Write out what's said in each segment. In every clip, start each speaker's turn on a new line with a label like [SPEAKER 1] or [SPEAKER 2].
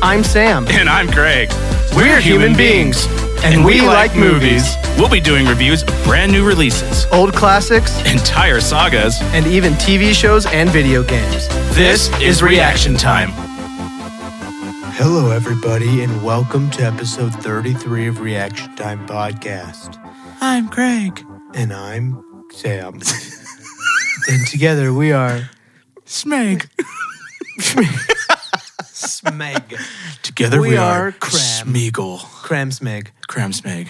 [SPEAKER 1] I'm Sam.
[SPEAKER 2] And I'm Craig.
[SPEAKER 1] We're, human, beings, and, we, like movies,
[SPEAKER 2] We'll be doing reviews of brand new releases,
[SPEAKER 1] old classics,
[SPEAKER 2] entire sagas.
[SPEAKER 1] and even TV shows and video games.
[SPEAKER 2] This is Reaction Time.
[SPEAKER 3] Hello, everybody, and welcome to episode 33 of Reaction Time Podcast.
[SPEAKER 2] I'm Craig.
[SPEAKER 3] And I'm Sam. and together we are
[SPEAKER 2] Smeg.
[SPEAKER 3] Smeg.
[SPEAKER 2] Together
[SPEAKER 3] We we are are Cram.
[SPEAKER 2] Smeagol.
[SPEAKER 3] Cram Smeg.
[SPEAKER 2] Cram Smeg.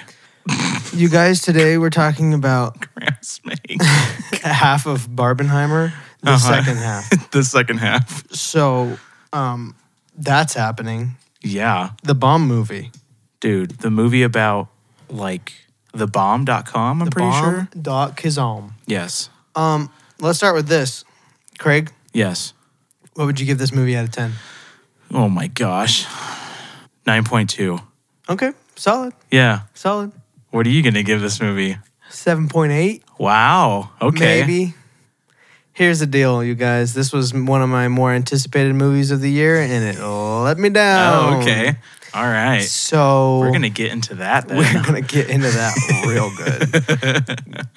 [SPEAKER 3] You guys, today we're talking about
[SPEAKER 2] Cram Smeg.
[SPEAKER 3] half of Barbenheimer, the
[SPEAKER 2] Uh-huh.
[SPEAKER 3] second half.
[SPEAKER 2] the second half.
[SPEAKER 3] So, um, that's happening.
[SPEAKER 2] Yeah.
[SPEAKER 3] The bomb movie.
[SPEAKER 2] Dude, the movie about like thebomb.com, I'm pretty
[SPEAKER 3] bomb
[SPEAKER 2] sure.
[SPEAKER 3] Dot Kazam.
[SPEAKER 2] Yes.
[SPEAKER 3] Um, let's start with this. Craig,
[SPEAKER 2] Yes.
[SPEAKER 3] what would you give this movie out of 10?
[SPEAKER 2] Oh my gosh. 9.2.
[SPEAKER 3] Okay, solid,
[SPEAKER 2] Yeah.
[SPEAKER 3] solid.
[SPEAKER 2] What are you going to give this movie?
[SPEAKER 3] 7.8.
[SPEAKER 2] Wow. Okay.
[SPEAKER 3] Maybe. Here's the deal, you guys. This was one of my more anticipated movies of the year, and it let me down.
[SPEAKER 2] Oh, okay. All right.
[SPEAKER 3] Um, So
[SPEAKER 2] We're going to get into that then.
[SPEAKER 3] we're gonna get into that real good.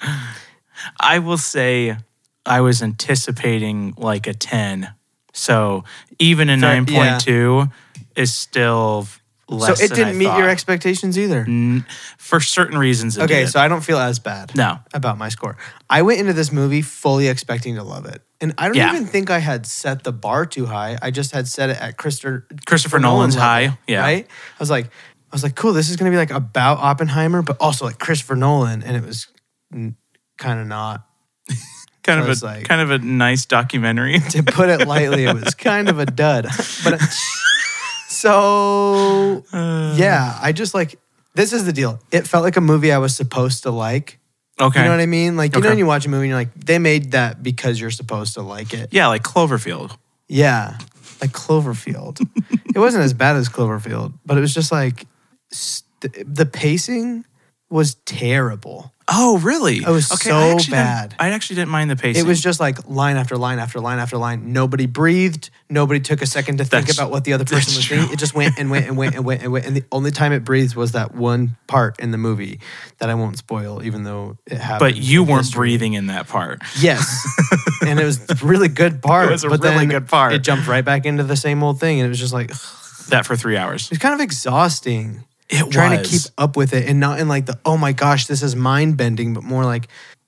[SPEAKER 2] I will say I was anticipating like a 10. So even a
[SPEAKER 3] Fair-
[SPEAKER 2] 9.2 is still
[SPEAKER 3] so
[SPEAKER 2] less
[SPEAKER 3] it
[SPEAKER 2] than I
[SPEAKER 3] didn't meet your
[SPEAKER 2] thought.
[SPEAKER 3] expectations either.
[SPEAKER 2] N- For certain reasons. It
[SPEAKER 3] okay,
[SPEAKER 2] did.
[SPEAKER 3] so I don't feel as bad
[SPEAKER 2] No.
[SPEAKER 3] about my score. I went into this movie fully expecting to love it. And I don't
[SPEAKER 2] Yeah.
[SPEAKER 3] even think I had set the bar too high. I just had set it at Christopher
[SPEAKER 2] Christopher
[SPEAKER 3] Nolan
[SPEAKER 2] Nolan's
[SPEAKER 3] level,
[SPEAKER 2] high. Yeah.
[SPEAKER 3] Right? I was like, I was like, cool, this is gonna be like about Oppenheimer, but also like Christopher Nolan. And it was kind of not.
[SPEAKER 2] Kind
[SPEAKER 3] So
[SPEAKER 2] of
[SPEAKER 3] it's
[SPEAKER 2] a
[SPEAKER 3] like-
[SPEAKER 2] kind of a nice documentary.
[SPEAKER 3] To put it lightly, it was kind of a dud. but so yeah, I just like this is the deal. It felt like a movie I was supposed to like.
[SPEAKER 2] Okay.
[SPEAKER 3] You know what I mean? Like you know
[SPEAKER 2] Okay.
[SPEAKER 3] when you watch a movie and you're like, they made that because you're supposed to like it.
[SPEAKER 2] Yeah, like Cloverfield.
[SPEAKER 3] Yeah, like Cloverfield. it wasn't as bad as Cloverfield, but it was just like st- the pacing was terrible.
[SPEAKER 2] Oh, really?
[SPEAKER 3] It was so
[SPEAKER 2] I actually
[SPEAKER 3] bad.
[SPEAKER 2] didn't- I actually didn't mind the pacing.
[SPEAKER 3] It was just like line after line after line after line. Nobody breathed. Nobody took a second to think
[SPEAKER 2] That's-
[SPEAKER 3] about what the other person
[SPEAKER 2] that's
[SPEAKER 3] was
[SPEAKER 2] true.
[SPEAKER 3] thinking. It just went and went and went and went and went. And the only time it breathed was that one part in the movie that I won't spoil, even though it happened.
[SPEAKER 2] but you weren't breathing in that part.
[SPEAKER 3] Yes. and it was a really good part.
[SPEAKER 2] It was a
[SPEAKER 3] but
[SPEAKER 2] really
[SPEAKER 3] then
[SPEAKER 2] good part.
[SPEAKER 3] It jumped right back into the same old thing. And it was just like,
[SPEAKER 2] That for three hours.
[SPEAKER 3] it's kind of exhausting.
[SPEAKER 2] It
[SPEAKER 3] trying
[SPEAKER 2] was.
[SPEAKER 3] to keep up with it and not in like the oh my gosh this is mind bending, but more like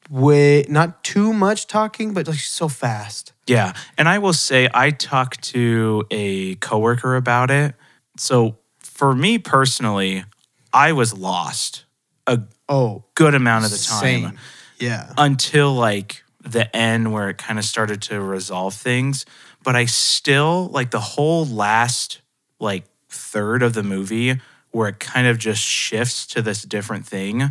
[SPEAKER 3] wait not too much talking, but like so fast.
[SPEAKER 2] Yeah. And I will say I talked to a coworker about it. So for me personally, I was lost a
[SPEAKER 3] Oh,
[SPEAKER 2] good amount of the time Uh,
[SPEAKER 3] same. Yeah,
[SPEAKER 2] until like the end where it kind of started to resolve things. But I still like the whole last like third of the movie where it kind of just shifts to this different thing.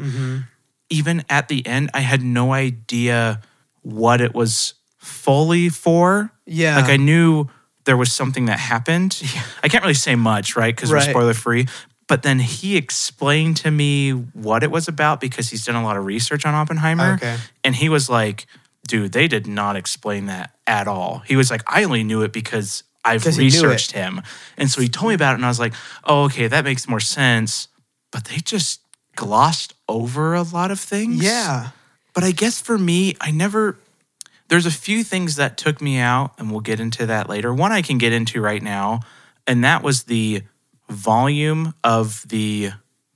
[SPEAKER 2] Even at the end, I had no idea what it was fully for.
[SPEAKER 3] yeah.
[SPEAKER 2] Like I knew there was something that happened. I can't really say much, right? Because
[SPEAKER 3] Right.
[SPEAKER 2] we're spoiler free. But then he explained to me what it was about because he's done a lot of research on Oppenheimer.
[SPEAKER 3] Okay.
[SPEAKER 2] And he was like, dude, they did not explain that at all. He was like, I only knew it because I've
[SPEAKER 3] 'Cause he knew it.
[SPEAKER 2] researched him. And so he told me about it and I was like, oh, okay, that makes more sense. But they just glossed over a lot of things.
[SPEAKER 3] yeah.
[SPEAKER 2] But I guess for me, I never. There's a few things that took me out, and we'll get into that later. One I can get into right now, and that was the volume of the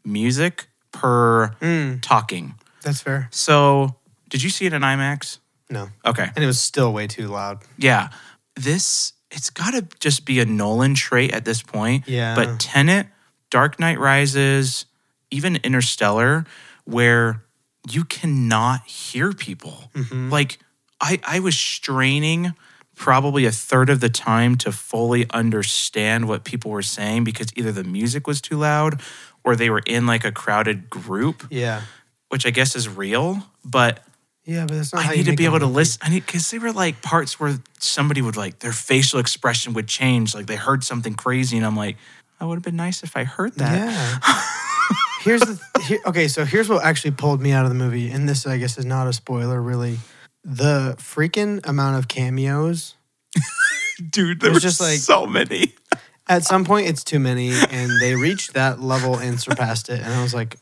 [SPEAKER 2] music per
[SPEAKER 3] Mm,
[SPEAKER 2] talking.
[SPEAKER 3] that's fair.
[SPEAKER 2] So, did you see it in IMAX?
[SPEAKER 3] No,
[SPEAKER 2] Okay.
[SPEAKER 3] and it was still way too loud.
[SPEAKER 2] Yeah. This, it's got to just be a Nolan trait at this point.
[SPEAKER 3] Yeah.
[SPEAKER 2] But Tenet, Dark Knight Rises, even Interstellar, where you cannot hear people.
[SPEAKER 3] mm-hmm.
[SPEAKER 2] Like, I, I was straining probably a third of the time to fully understand what people were saying because either the music was too loud or they were in like a crowded group,
[SPEAKER 3] Yeah,
[SPEAKER 2] which I guess is real. But
[SPEAKER 3] yeah, but that's not. how
[SPEAKER 2] I
[SPEAKER 3] you
[SPEAKER 2] need to
[SPEAKER 3] make
[SPEAKER 2] be
[SPEAKER 3] a
[SPEAKER 2] able to
[SPEAKER 3] movie.
[SPEAKER 2] listen. I need because they were like parts where somebody would like their facial expression would change, like they heard something crazy, and I'm like, I would have been nice if I heard that.
[SPEAKER 3] Yeah. here's the here, okay. So here's what actually pulled me out of the movie, and this I guess is not a spoiler, really. The freaking amount of cameos
[SPEAKER 2] Dude,
[SPEAKER 3] It
[SPEAKER 2] there
[SPEAKER 3] was
[SPEAKER 2] was
[SPEAKER 3] just
[SPEAKER 2] just
[SPEAKER 3] like-
[SPEAKER 2] so many.
[SPEAKER 3] at some point it's too many and they reached that level and surpassed it and i was like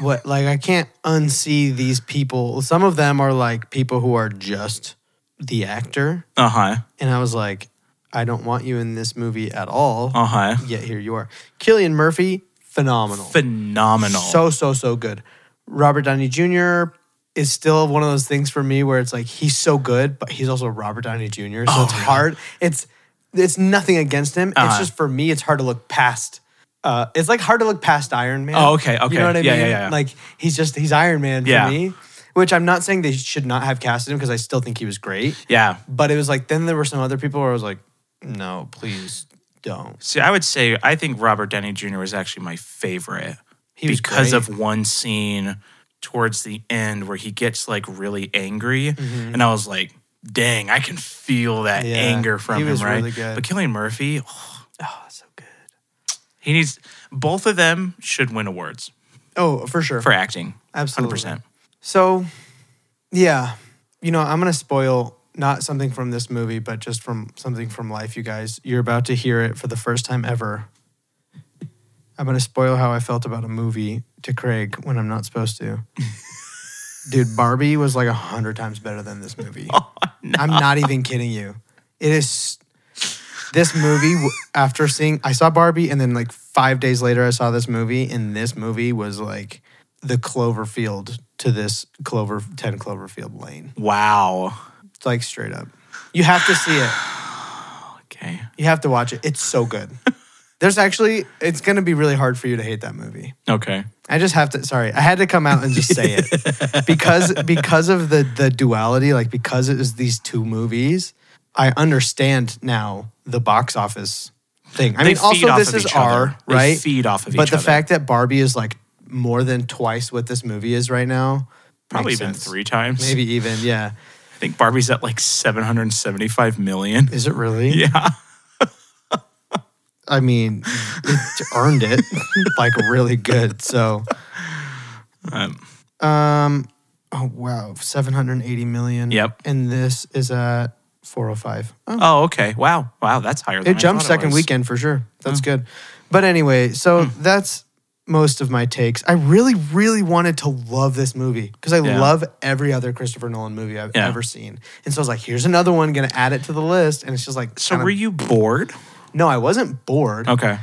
[SPEAKER 3] what like i can't unsee these people some of them are like people who are just the actor
[SPEAKER 2] Uh huh.
[SPEAKER 3] and i was like i don't want you in this movie at all
[SPEAKER 2] Uh huh.
[SPEAKER 3] yet here you are killian murphy phenomenal
[SPEAKER 2] Phenomenal.
[SPEAKER 3] so so so good robert downey jr is still one of those things for me where it's like he's so good but he's also robert downey jr so it's hard it's it's nothing against him it's
[SPEAKER 2] Oh, Uh-huh.
[SPEAKER 3] just for me it's hard to look past uh, it's like hard to look past Iron Man.
[SPEAKER 2] Oh, okay, okay.
[SPEAKER 3] You know what I
[SPEAKER 2] Yeah,
[SPEAKER 3] mean?
[SPEAKER 2] yeah, yeah.
[SPEAKER 3] Like he's just he's Iron Man for
[SPEAKER 2] Yeah.
[SPEAKER 3] me, which I'm not saying they should not have casted him because I still think he was great.
[SPEAKER 2] yeah.
[SPEAKER 3] But it was like then there were some other people where I was like, no, please don't.
[SPEAKER 2] See, I would say I think Robert Denny Jr. was actually my favorite
[SPEAKER 3] He was
[SPEAKER 2] because
[SPEAKER 3] great.
[SPEAKER 2] of one scene towards the end where he gets like really angry, and I was like, "Dang, I can feel that
[SPEAKER 3] Mm-hmm. Yeah,
[SPEAKER 2] anger from
[SPEAKER 3] he
[SPEAKER 2] him."
[SPEAKER 3] was
[SPEAKER 2] right?
[SPEAKER 3] really good.
[SPEAKER 2] But Killian Murphy, oh,
[SPEAKER 3] Oh, so good.
[SPEAKER 2] he needs both of them should win awards
[SPEAKER 3] Oh, for sure.
[SPEAKER 2] for acting.
[SPEAKER 3] Absolutely.
[SPEAKER 2] Hundred percent.
[SPEAKER 3] So, yeah, you know, I'm going to spoil not something from this movie, but just from something from life, you guys. You're about to hear it for the first time ever. I'm going to spoil how I felt about a movie to Craig when I'm not supposed to. Dude, Barbie was like a hundred times better than this movie. I'm not even kidding you. It is this movie. w- After seeing, I saw Barbie, and then like five days later, I saw this movie, and this movie was like the Cloverfield to this Clover Ten Cloverfield Lane.
[SPEAKER 2] Wow.
[SPEAKER 3] It's like straight up. You have to see it.
[SPEAKER 2] Okay.
[SPEAKER 3] You have to watch it. It's so good. There's actually, it's gonna be really hard for you to hate that movie.
[SPEAKER 2] Okay.
[SPEAKER 3] I just have to. Sorry, I had to come out and just say it because because of the the duality. Like because it is these two movies, I understand now the box office thing. I
[SPEAKER 2] They
[SPEAKER 3] mean, also
[SPEAKER 2] feed off
[SPEAKER 3] this
[SPEAKER 2] of
[SPEAKER 3] is
[SPEAKER 2] each
[SPEAKER 3] R,
[SPEAKER 2] other. They
[SPEAKER 3] right?
[SPEAKER 2] feed off of
[SPEAKER 3] but
[SPEAKER 2] each
[SPEAKER 3] the
[SPEAKER 2] other.
[SPEAKER 3] fact that Barbie is like more than twice what this movie is right now,
[SPEAKER 2] Probably
[SPEAKER 3] makes
[SPEAKER 2] even
[SPEAKER 3] sense.
[SPEAKER 2] three times.
[SPEAKER 3] maybe even yeah.
[SPEAKER 2] I think Barbie's at like seven hundred seventy-five million.
[SPEAKER 3] Is it really?
[SPEAKER 2] Yeah.
[SPEAKER 3] I mean, it earned it like really good. So,
[SPEAKER 2] Um,
[SPEAKER 3] um, oh wow, seven hundred eighty million.
[SPEAKER 2] Yep.
[SPEAKER 3] And this is at four hundred five. Oh,
[SPEAKER 2] oh, okay. Wow. Wow. That's higher. Than
[SPEAKER 3] it
[SPEAKER 2] I
[SPEAKER 3] jumped
[SPEAKER 2] thought
[SPEAKER 3] second
[SPEAKER 2] was. Oh. Hmm.
[SPEAKER 3] weekend for sure. That's good. But anyway, so that's most of my takes. I really, really wanted to love this movie because I
[SPEAKER 2] Yeah.
[SPEAKER 3] love every other Christopher Nolan movie I've
[SPEAKER 2] Yeah.
[SPEAKER 3] ever seen. And so I was like, here's another one, gonna add it to the list. And it's just like,
[SPEAKER 2] So
[SPEAKER 3] kinda-
[SPEAKER 2] were you bored?
[SPEAKER 3] No, I wasn't bored.
[SPEAKER 2] Okay.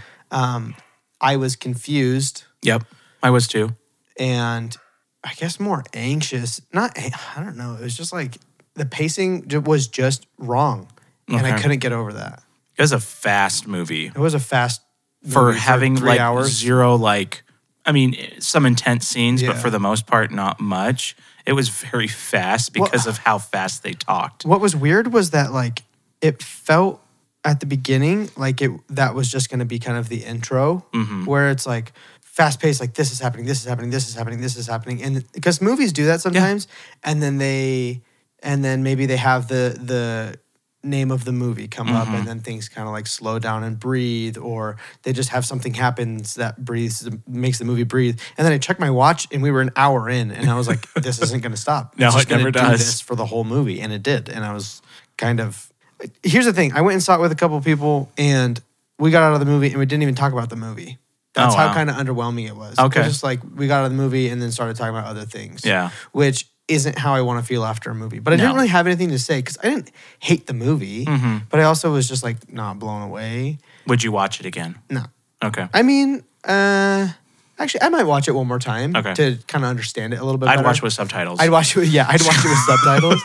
[SPEAKER 3] I was confused.
[SPEAKER 2] Yep. I was too.
[SPEAKER 3] and I guess more anxious. Not, I don't know. It was just like the pacing ju- was just wrong, and I
[SPEAKER 2] Okay.
[SPEAKER 3] couldn't get over that.
[SPEAKER 2] It was a fast movie
[SPEAKER 3] It was a fast
[SPEAKER 2] for
[SPEAKER 3] movie
[SPEAKER 2] having
[SPEAKER 3] three
[SPEAKER 2] like
[SPEAKER 3] hours.
[SPEAKER 2] zero like I mean some intense scenes, but
[SPEAKER 3] Yeah.
[SPEAKER 2] for the most part not much. It was very fast because of how fast they talked.
[SPEAKER 3] What was weird was that like it felt at the beginning like it that was just going to be kind of the intro,
[SPEAKER 2] Mm-hmm.
[SPEAKER 3] where it's like fast paced, like this is happening, this is happening, this is happening, this is happening, and because movies do that sometimes, and then they and then maybe they have the the name of the movie come up
[SPEAKER 2] Mm-hmm.
[SPEAKER 3] and then things kind of like slow down and breathe or they just have something happens that breathes makes the movie breathe and then i checked my watch and we were an hour in and i was like this isn't going to stop
[SPEAKER 2] No,
[SPEAKER 3] It's just
[SPEAKER 2] it
[SPEAKER 3] gonna
[SPEAKER 2] never
[SPEAKER 3] do
[SPEAKER 2] does.
[SPEAKER 3] this for the whole movie, and it did. And I was kind of. Here's the thing: I went and saw it with a couple of people, and we got out of the movie, and we didn't even talk about the movie. That's
[SPEAKER 2] Oh,
[SPEAKER 3] how
[SPEAKER 2] wow.
[SPEAKER 3] kind of underwhelming it was.
[SPEAKER 2] Okay.
[SPEAKER 3] It was just like we got out of the movie and then started talking about other things.
[SPEAKER 2] Yeah.
[SPEAKER 3] which isn't how I want to feel after a movie. But I didn't
[SPEAKER 2] No. Mm-hmm.
[SPEAKER 3] really have anything to say because I didn't hate the movie, but I also was just like not blown away.
[SPEAKER 2] Would you watch it again?
[SPEAKER 3] No,
[SPEAKER 2] Okay.
[SPEAKER 3] I mean, uh, actually, I might watch it one more time
[SPEAKER 2] Okay.
[SPEAKER 3] to kind of understand it a little bit.
[SPEAKER 2] I'd
[SPEAKER 3] better.
[SPEAKER 2] watch with subtitles.
[SPEAKER 3] I'd watch it. With, yeah, I'd watch it with subtitles.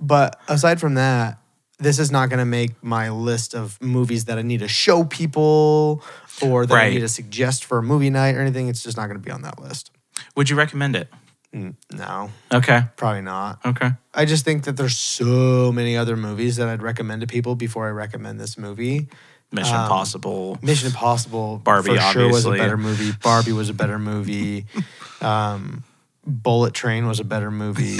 [SPEAKER 3] But aside from that, this is not going to make my list of movies that I need to show people or that I
[SPEAKER 2] Right.
[SPEAKER 3] need to suggest for a movie night or anything. It's just not going to be on that list.
[SPEAKER 2] Would you recommend it?
[SPEAKER 3] No,
[SPEAKER 2] Okay.
[SPEAKER 3] probably not.
[SPEAKER 2] Okay.
[SPEAKER 3] I just think that there's so many other movies that I'd recommend to people before I recommend this movie.
[SPEAKER 2] Mission
[SPEAKER 3] Um,
[SPEAKER 2] Impossible.
[SPEAKER 3] Mission Impossible,
[SPEAKER 2] Barbie,
[SPEAKER 3] for sure was a
[SPEAKER 2] obviously.
[SPEAKER 3] better movie. Barbie was a better movie. um, Bullet Train was a better movie.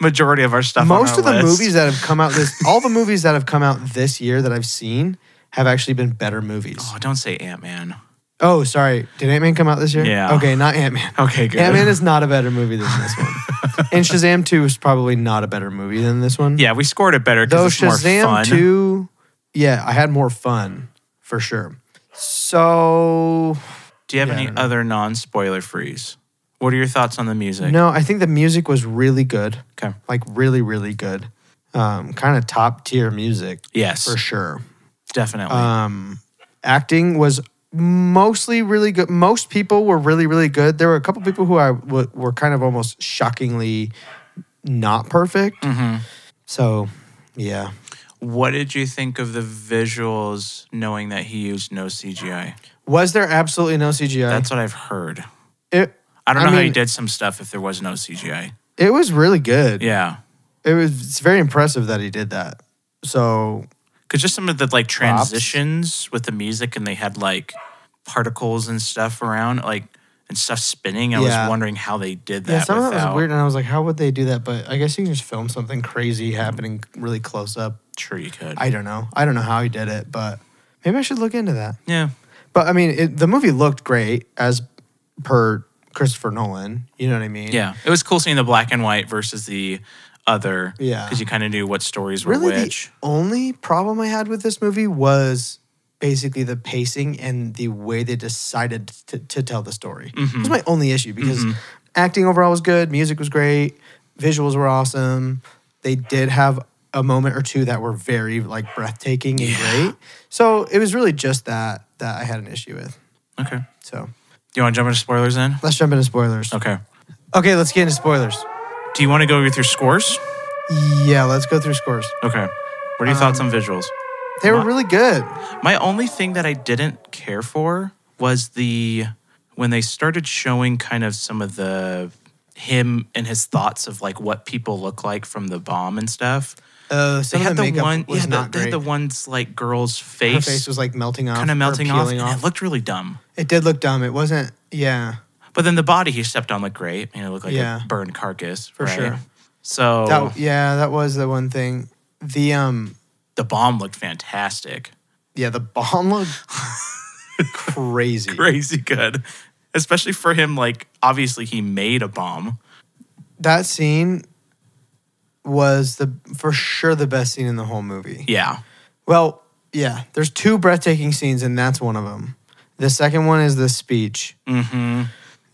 [SPEAKER 2] Majority of our stuff. on
[SPEAKER 3] most
[SPEAKER 2] our
[SPEAKER 3] of the
[SPEAKER 2] list.
[SPEAKER 3] movies that have come out this all the movies that have come out this year that I've seen have actually been better movies.
[SPEAKER 2] Oh, don't say Ant Man.
[SPEAKER 3] Oh, sorry. Did Ant Man come out this year?
[SPEAKER 2] Yeah.
[SPEAKER 3] Okay, not Ant Man.
[SPEAKER 2] Okay, good.
[SPEAKER 3] Ant Man is not a better movie than this one. and Shazam 2 is probably not a better movie than this one.
[SPEAKER 2] Yeah, we scored it better
[SPEAKER 3] Though
[SPEAKER 2] because it's more
[SPEAKER 3] Shazam
[SPEAKER 2] fun.
[SPEAKER 3] 2 yeah, I had more fun for sure. So
[SPEAKER 2] Do you have
[SPEAKER 3] Yeah, I
[SPEAKER 2] any
[SPEAKER 3] don't know.
[SPEAKER 2] other non spoiler frees? What are your thoughts on the music?
[SPEAKER 3] no, I think the music was really good,
[SPEAKER 2] Okay.
[SPEAKER 3] like really, really good. Um, kind of top tier music
[SPEAKER 2] Yes.
[SPEAKER 3] for sure.
[SPEAKER 2] Definitely.
[SPEAKER 3] Um, acting was mostly really good. Most people were really, really good. There were a couple people who I w- were kind of almost shockingly not perfect.
[SPEAKER 2] Mm.
[SPEAKER 3] So, yeah.
[SPEAKER 2] Mm-hmm. what did you think of the visuals knowing that he used no CGI?
[SPEAKER 3] Was there absolutely no CGI?
[SPEAKER 2] That's what I've heard.
[SPEAKER 3] it.
[SPEAKER 2] I don't know
[SPEAKER 3] I
[SPEAKER 2] how he
[SPEAKER 3] mean-
[SPEAKER 2] did some stuff if there was no CGI.
[SPEAKER 3] It was really good.
[SPEAKER 2] Yeah.
[SPEAKER 3] It was. It's very impressive that he did that. So
[SPEAKER 2] Cause just some of the like transitions with the music and they had like particles and stuff around, like and stuff spinning. I
[SPEAKER 3] Yeah.
[SPEAKER 2] was wondering how they did that.
[SPEAKER 3] yeah, some of that
[SPEAKER 2] without
[SPEAKER 3] was weird, and I was like, "How would they do that?" But I guess you can just film something crazy happening really close up.
[SPEAKER 2] Sure, you could.
[SPEAKER 3] I don't know. I don't know how he did it, but maybe I should look into that.
[SPEAKER 2] yeah.
[SPEAKER 3] But I mean, it, the movie looked great as per Christopher Nolan. You know what I mean?
[SPEAKER 2] Yeah, it was cool seeing the black and white versus the other.
[SPEAKER 3] Yeah.
[SPEAKER 2] because you kind of knew what stories were
[SPEAKER 3] Really,
[SPEAKER 2] which.
[SPEAKER 3] the only problem I had with this movie was basically the pacing and the way they decided to, to tell the story. It
[SPEAKER 2] Mm-hmm.
[SPEAKER 3] was my only issue because acting overall was good, music was great, visuals were awesome. They did have a moment or two that were very like breathtaking and great. So it was really just that that I had an issue with.
[SPEAKER 2] okay, do
[SPEAKER 3] So
[SPEAKER 2] you want to jump into spoilers then?
[SPEAKER 3] let's jump into spoilers.
[SPEAKER 2] Okay.
[SPEAKER 3] okay let's get into spoilers.
[SPEAKER 2] Do you want to go with your scores?
[SPEAKER 3] Yeah, let's go through scores.
[SPEAKER 2] Okay. What are your thoughts
[SPEAKER 3] Um,
[SPEAKER 2] on visuals?
[SPEAKER 3] They were really good.
[SPEAKER 2] My only thing that I didn't care for was the when they started showing kind of some of the him and his thoughts of like what people look like from the bomb and stuff.
[SPEAKER 3] Uh,
[SPEAKER 2] They
[SPEAKER 3] some
[SPEAKER 2] had
[SPEAKER 3] of the,
[SPEAKER 2] the,
[SPEAKER 3] makeup
[SPEAKER 2] one,
[SPEAKER 3] was
[SPEAKER 2] yeah,
[SPEAKER 3] not
[SPEAKER 2] they
[SPEAKER 3] great.
[SPEAKER 2] had the one's like girl's
[SPEAKER 3] Her
[SPEAKER 2] face,
[SPEAKER 3] face was like melting off,
[SPEAKER 2] kind of
[SPEAKER 3] or
[SPEAKER 2] melting off,
[SPEAKER 3] peeling
[SPEAKER 2] and it looked really dumb.
[SPEAKER 3] It did look dumb. It wasn't. Yeah,
[SPEAKER 2] But then the body he stepped on looked great. I mean, it looked like
[SPEAKER 3] Yeah.
[SPEAKER 2] a burned carcass for
[SPEAKER 3] sure.
[SPEAKER 2] So
[SPEAKER 3] that yeah, that was the one thing. The um,
[SPEAKER 2] the bomb looked fantastic,
[SPEAKER 3] yeah, the bomb looked crazy.
[SPEAKER 2] crazy good, especially for him. Like obviously he made a bomb.
[SPEAKER 3] That scene was the for sure the best scene in the whole movie.
[SPEAKER 2] Yeah,
[SPEAKER 3] Well, yeah, there's two breathtaking scenes, and that's one of them. The second one is the speech Mm-hmm.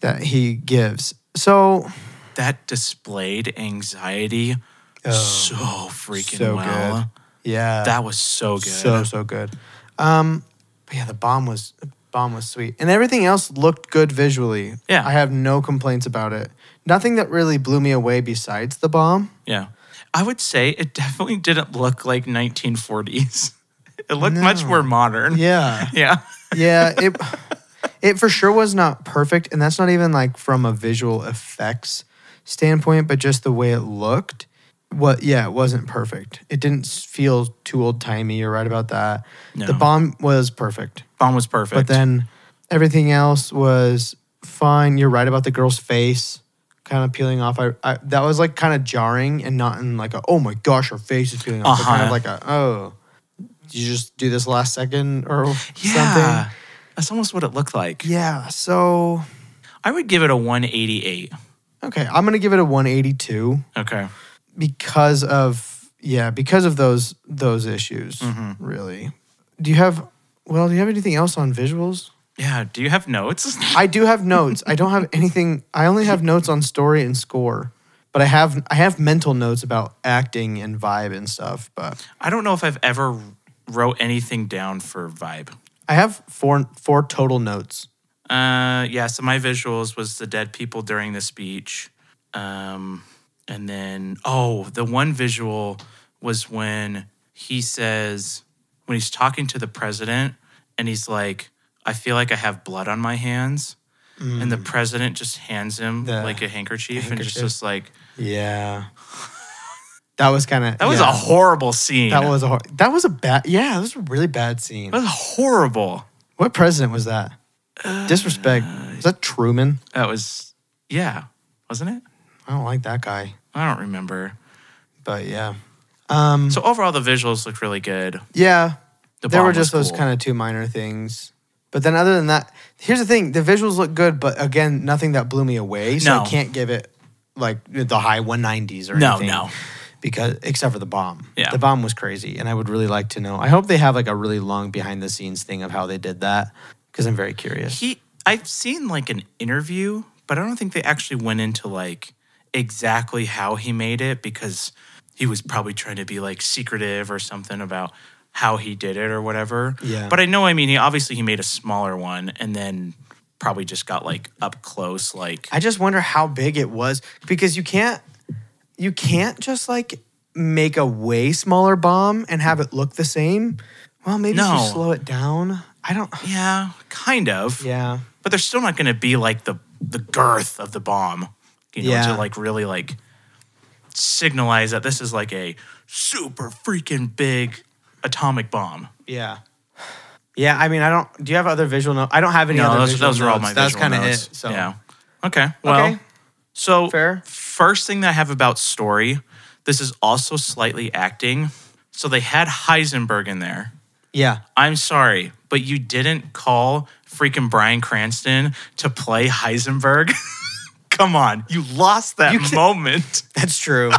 [SPEAKER 3] that he gives. So
[SPEAKER 2] that displayed anxiety so freaking
[SPEAKER 3] Oh. so
[SPEAKER 2] well.
[SPEAKER 3] good. Yeah,
[SPEAKER 2] That was so good.
[SPEAKER 3] So so good. Um, but yeah, the bomb was bomb was sweet, and everything else looked good visually.
[SPEAKER 2] Yeah.
[SPEAKER 3] I have no complaints about it. Nothing that really blew me away besides the bomb.
[SPEAKER 2] yeah, I would say it definitely didn't look like 1940s. It looked much
[SPEAKER 3] No.
[SPEAKER 2] more modern.
[SPEAKER 3] Yeah,
[SPEAKER 2] yeah.
[SPEAKER 3] yeah. It it for sure was not perfect, and that's not even like from a visual effects standpoint, but just the way it looked. What? Yeah, it wasn't perfect. It didn't s- feel too old timey. You're right about that. The
[SPEAKER 2] No.
[SPEAKER 3] bomb was perfect.
[SPEAKER 2] Bomb was perfect.
[SPEAKER 3] But then everything else was fine. You're right about the girl's face kind of peeling off. I, I that was like kind of jarring and not in like a oh my gosh her face is peeling off. but Kind of
[SPEAKER 2] Uh-huh.
[SPEAKER 3] like a oh did you just do this last second or
[SPEAKER 2] yeah,
[SPEAKER 3] something.
[SPEAKER 2] that's almost what it looked like.
[SPEAKER 3] Yeah. So
[SPEAKER 2] I would give it a 188.
[SPEAKER 3] okay, I'm gonna give it a 182
[SPEAKER 2] Okay.
[SPEAKER 3] because of yeah because of those those issues
[SPEAKER 2] Mm-hmm.
[SPEAKER 3] really. Do you have well do you have anything else on visuals?
[SPEAKER 2] Yeah. Do you have notes?
[SPEAKER 3] I do have notes. I don't have anything. I only have notes on story and score, but I have I have mental notes about acting and vibe and stuff. But
[SPEAKER 2] I don't know if I've ever wrote anything down for vibe.
[SPEAKER 3] I have four four total notes.
[SPEAKER 2] Uh, yeah. So my visuals was the dead people during the speech. Um, and then, oh, the one visual was when he says, when he's talking to the president and he's like, I feel like I have blood on my hands. And the president just hands him
[SPEAKER 3] Mm. The
[SPEAKER 2] like a handkerchief, and just,
[SPEAKER 3] handkerchief.
[SPEAKER 2] just like,
[SPEAKER 3] Yeah, that was kind of
[SPEAKER 2] that was a horrible scene.
[SPEAKER 3] that was a hor- that was a bad yeah that was a really bad scene.
[SPEAKER 2] That was horrible.
[SPEAKER 3] What president was that?
[SPEAKER 2] Uh,
[SPEAKER 3] Disrespect. Was that Truman?
[SPEAKER 2] That was, yeah, wasn't it?
[SPEAKER 3] I don't like that guy.
[SPEAKER 2] I don't remember.
[SPEAKER 3] But yeah, um,
[SPEAKER 2] So overall, the visuals look really good.
[SPEAKER 3] yeah.
[SPEAKER 2] The
[SPEAKER 3] there
[SPEAKER 2] bomb
[SPEAKER 3] were
[SPEAKER 2] was
[SPEAKER 3] just those
[SPEAKER 2] cool.
[SPEAKER 3] kind of two minor things. But then other than that, here's the thing: the visuals look good, but again, nothing that blew me away. So
[SPEAKER 2] No.
[SPEAKER 3] I can't give it like the high 190s or
[SPEAKER 2] No,
[SPEAKER 3] anything.
[SPEAKER 2] no.
[SPEAKER 3] because except for the bomb.
[SPEAKER 2] Yeah.
[SPEAKER 3] The bomb was crazy and I would really like to know. I hope they have like a really long behind the scenes thing of how they did that because I'm very curious.
[SPEAKER 2] He, I've seen like an interview, but I don't think they actually went into like exactly how he made it because he was probably trying to be like secretive or something about how he did it or whatever.
[SPEAKER 3] Yeah.
[SPEAKER 2] But I know, I mean, he obviously he made a smaller one and then probably just got like up close, like
[SPEAKER 3] I just wonder how big it was because you can't you can't just like make a way smaller bomb and have it look the same. Well, maybe if
[SPEAKER 2] No.
[SPEAKER 3] you slow it down. I don't
[SPEAKER 2] yeah, kind of.
[SPEAKER 3] Yeah.
[SPEAKER 2] But they're still not going to be like the the girth of the bomb, you know,
[SPEAKER 3] Yeah.
[SPEAKER 2] to like really like signalize that this is like a super freaking big atomic bomb.
[SPEAKER 3] Yeah. Yeah, I mean, I don't. Do you have other visual notes? I don't have any
[SPEAKER 2] no,
[SPEAKER 3] other
[SPEAKER 2] those,
[SPEAKER 3] visual
[SPEAKER 2] those are all
[SPEAKER 3] notes.
[SPEAKER 2] my
[SPEAKER 3] That's
[SPEAKER 2] visual
[SPEAKER 3] kinda
[SPEAKER 2] notes.
[SPEAKER 3] it. So
[SPEAKER 2] Yeah. Okay. Well,
[SPEAKER 3] Okay.
[SPEAKER 2] so
[SPEAKER 3] Fair.
[SPEAKER 2] first thing that I have about story, this is also slightly acting. So they had Heisenberg in there.
[SPEAKER 3] yeah,
[SPEAKER 2] I'm sorry, but you didn't call freaking Brian Cranston to play Heisenberg. Come on, you lost that
[SPEAKER 3] You can-
[SPEAKER 2] moment.
[SPEAKER 3] that's true.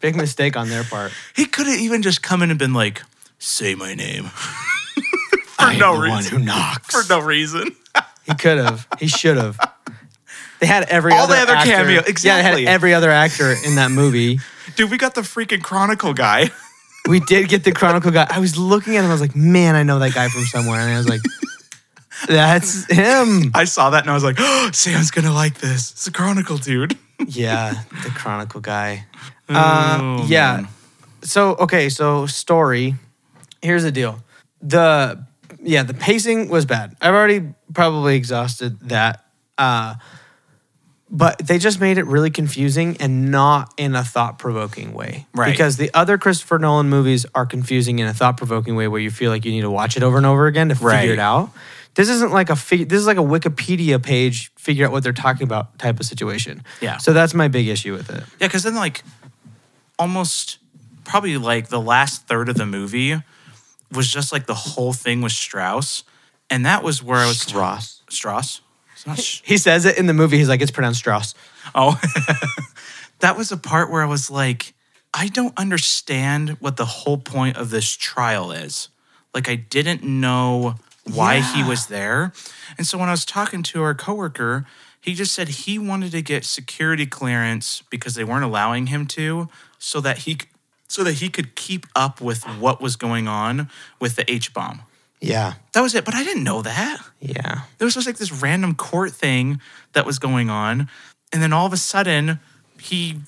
[SPEAKER 3] Big mistake on their part.
[SPEAKER 2] He could have even just come in and been like, "Say my name," for no reason.
[SPEAKER 3] knocks.
[SPEAKER 2] for no reason.
[SPEAKER 3] He could have. He should have. They had every
[SPEAKER 2] All
[SPEAKER 3] other
[SPEAKER 2] the other
[SPEAKER 3] actor-
[SPEAKER 2] cameo-
[SPEAKER 3] Yeah, they
[SPEAKER 2] exactly.
[SPEAKER 3] had every other actor in that movie.
[SPEAKER 2] Dude, we got the freaking Chronicle guy.
[SPEAKER 3] We did get the Chronicle guy. I was looking at him. I was like, man, I know that guy from somewhere. And I was like, that's him.
[SPEAKER 2] I saw that and I was like, oh, Sam's gonna like this. It's a Chronicle dude.
[SPEAKER 3] Yeah, the Chronicle guy. Uh, yeah. So okay, so story. Here's the deal. The yeah, the pacing was bad. I've already probably exhausted that. Uh, but they just made it really confusing and not in a thought provoking way.
[SPEAKER 2] Right.
[SPEAKER 3] Because the other Christopher Nolan movies are confusing in a thought provoking way where you feel like you need to watch it over and over again to
[SPEAKER 2] Right.
[SPEAKER 3] figure it out. This isn't like a fig- this is like a Wikipedia page figure out what they're talking about type of situation.
[SPEAKER 2] Yeah.
[SPEAKER 3] So that's my big issue with it.
[SPEAKER 2] Yeah, because then like almost probably like the last third of the movie was just like the whole thing with Strauss, and that was where I was
[SPEAKER 3] Ross.
[SPEAKER 2] Strauss. It's not Sh-
[SPEAKER 3] He says it in the movie. He's like, it's pronounced Strauss.
[SPEAKER 2] oh, that was the part where I was like, I don't understand what the whole point of this trial is. Like, I didn't know why he
[SPEAKER 3] Yeah.
[SPEAKER 2] was there, and so when I was talking to our coworker. He just said he wanted to get security clearance because they weren't allowing him to, so that he c- so that he could keep up with what was going on with the H bomb.
[SPEAKER 3] Yeah.
[SPEAKER 2] That was it, but I didn't know that
[SPEAKER 3] Yeah.
[SPEAKER 2] there was just like this random court thing that was going on and then all of a sudden he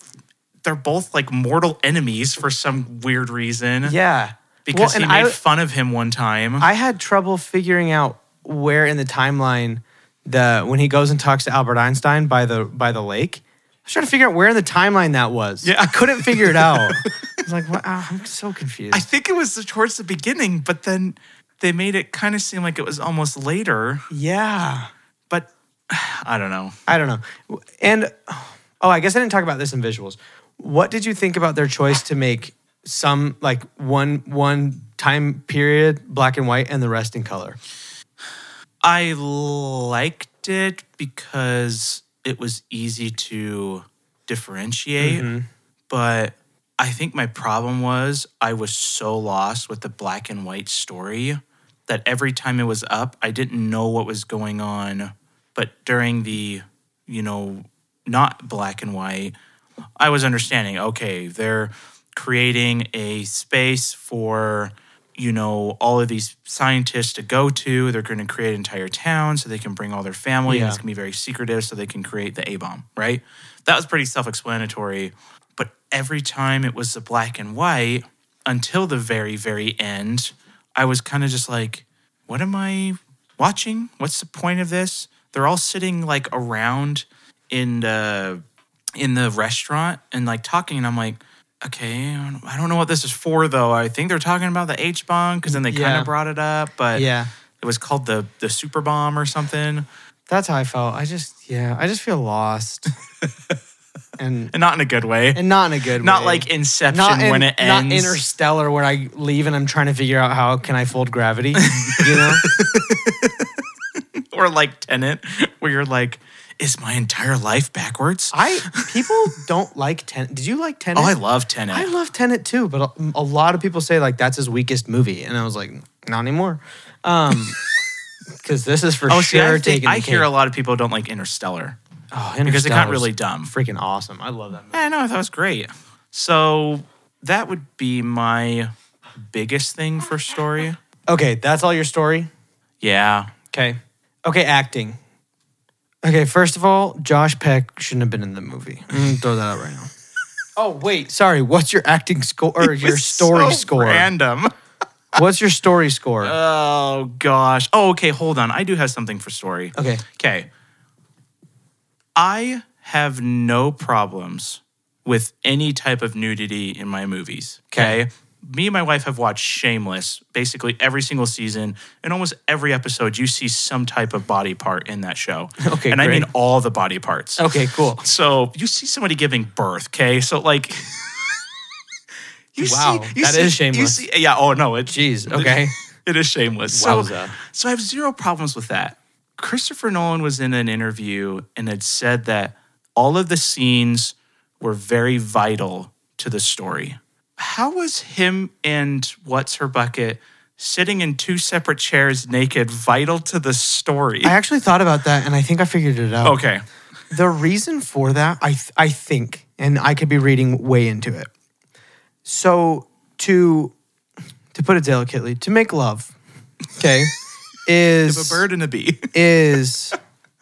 [SPEAKER 2] they're both like mortal enemies for some weird reason
[SPEAKER 3] Yeah.
[SPEAKER 2] because
[SPEAKER 3] well, and
[SPEAKER 2] he made
[SPEAKER 3] I,
[SPEAKER 2] fun of him one time
[SPEAKER 3] I had trouble figuring out where in the timeline the when he goes and talks to Albert Einstein by the by the lake. I was trying to figure out where in the timeline that was.
[SPEAKER 2] Yeah.
[SPEAKER 3] I couldn't figure it out. I was like, what? Ah, I'm so confused.
[SPEAKER 2] I think it was towards the beginning but then they made it kind of seem like it was almost later
[SPEAKER 3] yeah.
[SPEAKER 2] but i don't know
[SPEAKER 3] I don't know. And oh, I guess I didn't talk about this in visuals. What did you think about their choice to make some like one one time period black and white and the rest in color?
[SPEAKER 2] I liked it because it was easy to differentiate, but I think my problem was I was so lost with the black and white story that every time it was up, I didn't know what was going on. But during the, you know, not black and white, I was understanding, okay, they're creating a space for, you know, all of these scientists to go to. They're going to create entire towns so they can bring all their family.
[SPEAKER 3] Yeah.
[SPEAKER 2] And it's going to be very secretive so they can create the A bomb, right? That was pretty self explanatory. But every time it was the black and white until the very, very end, I was kind of just like, what am I watching? What's the point of this? They're all sitting like around in the in the restaurant and like talking, and I'm like, okay, I don't- I don't know what this is for though. I think they're talking about the H bomb because then they kind
[SPEAKER 3] Yeah.
[SPEAKER 2] of brought it up, but
[SPEAKER 3] Yeah.
[SPEAKER 2] it was called the the super bomb or something,
[SPEAKER 3] That's how I felt. I just yeah, I just feel lost. and
[SPEAKER 2] and not in a good way,
[SPEAKER 3] and not in a good
[SPEAKER 2] not
[SPEAKER 3] way.
[SPEAKER 2] like Inception
[SPEAKER 3] not in-
[SPEAKER 2] when it
[SPEAKER 3] not
[SPEAKER 2] ends.
[SPEAKER 3] interstellar where I leave and I'm trying to figure out how can I fold gravity, you know?
[SPEAKER 2] or like Tenant, where you're like, is my entire life backwards?
[SPEAKER 3] I people don't like Tenet. Did you like Tenet?
[SPEAKER 2] oh, I love Tenet.
[SPEAKER 3] I love Tenet too, but a, a lot of people say like that's his weakest movie, and I was like, not anymore, because this is for
[SPEAKER 2] oh, see,
[SPEAKER 3] sure
[SPEAKER 2] I, think-
[SPEAKER 3] taking.
[SPEAKER 2] I
[SPEAKER 3] the
[SPEAKER 2] hear a
[SPEAKER 3] cake.
[SPEAKER 2] lot of people don't like Interstellar
[SPEAKER 3] oh,
[SPEAKER 2] because it got
[SPEAKER 3] Interstellar's
[SPEAKER 2] really dumb.
[SPEAKER 3] freaking awesome. I love that movie.
[SPEAKER 2] Eh, I know, that was great. So that would be my biggest thing for story.
[SPEAKER 3] Okay, that's all your story.
[SPEAKER 2] Yeah.
[SPEAKER 3] Okay, okay, acting. Okay, first of all, Josh Peck shouldn't have been in the movie. I'm gonna throw that out right now. Oh wait, sorry. What's your acting score or your
[SPEAKER 2] It's
[SPEAKER 3] story
[SPEAKER 2] so
[SPEAKER 3] score?
[SPEAKER 2] Random.
[SPEAKER 3] What's your story score?
[SPEAKER 2] Oh gosh. Oh, okay, hold on. I do have something for story.
[SPEAKER 3] okay,
[SPEAKER 2] Okay. I have no problems with any type of nudity in my movies. Okay. Me and my wife have watched Shameless basically every single season. and almost every episode, you see some type of body part in that show.
[SPEAKER 3] Okay,
[SPEAKER 2] And I
[SPEAKER 3] great. Oh.
[SPEAKER 2] mean all the body parts.
[SPEAKER 3] okay, cool.
[SPEAKER 2] So you see somebody giving birth, okay? So like you
[SPEAKER 3] Wow,
[SPEAKER 2] see, you
[SPEAKER 3] that
[SPEAKER 2] see-
[SPEAKER 3] is shameless.
[SPEAKER 2] You see, yeah, oh no, it's
[SPEAKER 3] Jeez, okay.
[SPEAKER 2] it is shameless. So,
[SPEAKER 3] Wowza.
[SPEAKER 2] so I have zero problems with that. Christopher Nolan was in an interview and had said that all of the scenes were very vital to the story. How was him and what's her bucket sitting in two separate chairs naked vital to the story?
[SPEAKER 3] I actually thought about that, and I think I figured it out.
[SPEAKER 2] okay.
[SPEAKER 3] The reason for that, I th- I think, and I could be reading way into it. So to to put it delicately, to make love, okay,
[SPEAKER 2] A
[SPEAKER 3] is
[SPEAKER 2] bird and a bee.
[SPEAKER 3] is